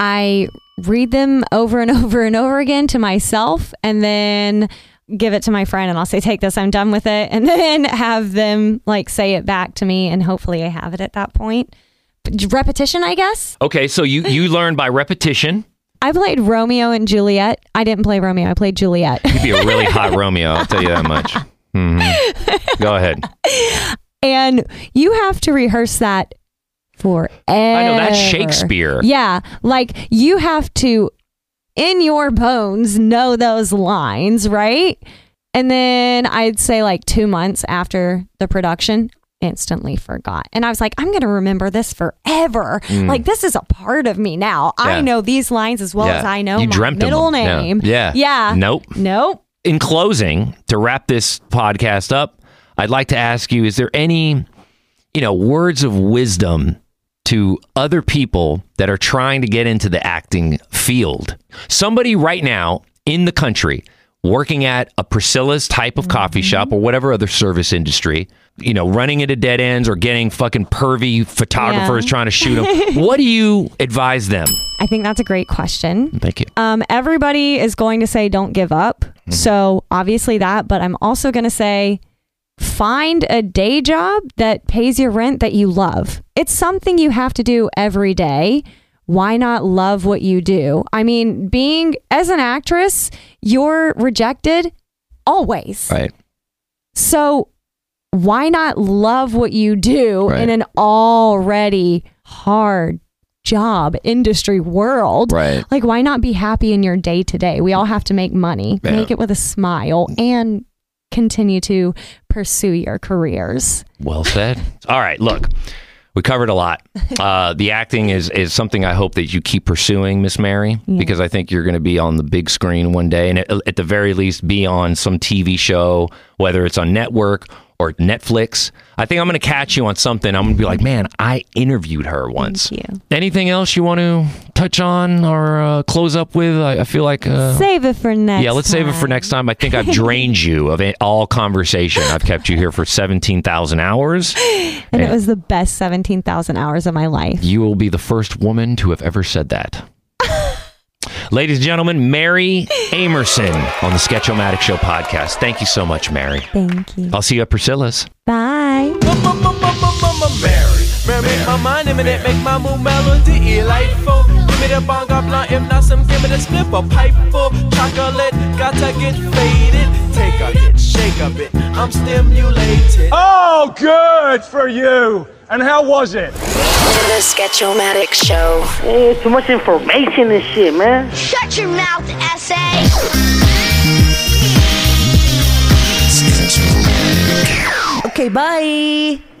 Speaker 7: I read them over and over and over again to myself and then give it to my friend and I'll say, take this, I'm done with it. And then have them like say it back to me and hopefully I have it at that point. But repetition, I guess.
Speaker 3: Okay, so you you learn by repetition.
Speaker 7: I played Romeo and Juliet. I didn't play Romeo, I played Juliet.
Speaker 3: You'd be a really hot Romeo. I'll tell you that much. Mhm. Go ahead.
Speaker 7: and you have to rehearse that forever.
Speaker 3: I know that's Shakespeare.
Speaker 7: Yeah, like you have to in your bones know those lines, right? And then I'd say like 2 months after the production instantly forgot. And I was like, I'm going to remember this forever. Like this is a part of me now.
Speaker 3: Mm. Yeah.
Speaker 7: I know these lines as well
Speaker 3: Yeah.
Speaker 7: as I know
Speaker 3: You
Speaker 7: my
Speaker 3: dreamt 'em.
Speaker 7: middle
Speaker 3: Yeah.
Speaker 7: name.
Speaker 3: Yeah.
Speaker 7: Yeah.
Speaker 3: Nope.
Speaker 7: Nope.
Speaker 3: in closing, to wrap this podcast up, I'd like to ask you: Is there any, you know, words of wisdom to other people that are trying to get into the acting field. Somebody right now in the country working at a Priscilla's type of coffee shop or whatever other service industry, you know, running into dead ends or getting fucking pervy photographers
Speaker 7: Yeah.
Speaker 3: trying to shoot them. what do you advise them?
Speaker 7: I think that's a great question.
Speaker 3: Thank you. Mm-hmm.
Speaker 7: Um, everybody is going to say don't give up. So obviously that, but I'm also going to say find a day job that pays your rent that you love. It's something you have to do every day. Why not love what you do? I mean, being as an actress, you're rejected always.
Speaker 3: Right.
Speaker 7: So why not love what you do
Speaker 3: Right.
Speaker 7: in an already hard job industry world?
Speaker 3: Right.
Speaker 7: Like why not be happy in your day to day? We all have to make money.
Speaker 3: Yeah.
Speaker 7: Make it with a smile and continue to pursue your careers.
Speaker 3: Well said. All right, look, we covered a lot. Uh, the acting is is something I hope that you keep pursuing, Miss Mary, because I think you're going to be on the big screen one day, and at, at the very least, be on some TV show, whether it's on network or Netflix. I think I'm going to catch you on something. I'm going to be like, man, I interviewed her once.
Speaker 7: Thank you.
Speaker 3: Anything else you want to touch on or uh, close up with? I, I feel like. Uh,
Speaker 7: Save it for next.
Speaker 3: yeah, let's save it for
Speaker 7: time.
Speaker 3: next time. I think I've drained you of it- all conversation. I've kept you here for 17,000 hours.
Speaker 7: And
Speaker 3: Yeah.
Speaker 7: it was the best 17,000 hours of my life.
Speaker 3: You will be the first woman to have ever said that. Ladies and gentlemen, Mary Amerson on the Sketchomatic Show podcast. Thank you so much, Mary.
Speaker 7: Thank you.
Speaker 3: I'll see you at Priscilla's.
Speaker 7: Bye.
Speaker 10: Mary, Mary, my mind imminent, make my mood melody delightful. Give me the bonga blunt, if not some, give me the split, a pipe full. Chocolate, gotta get faded. Take a hit, shake a bit, I'm stimulated.
Speaker 11: Oh, good for you. And how was it?
Speaker 2: The Sketchomatic Show.
Speaker 8: Hey, too much information and shit, man.
Speaker 2: Shut your mouth, essay.
Speaker 6: Okay, bye.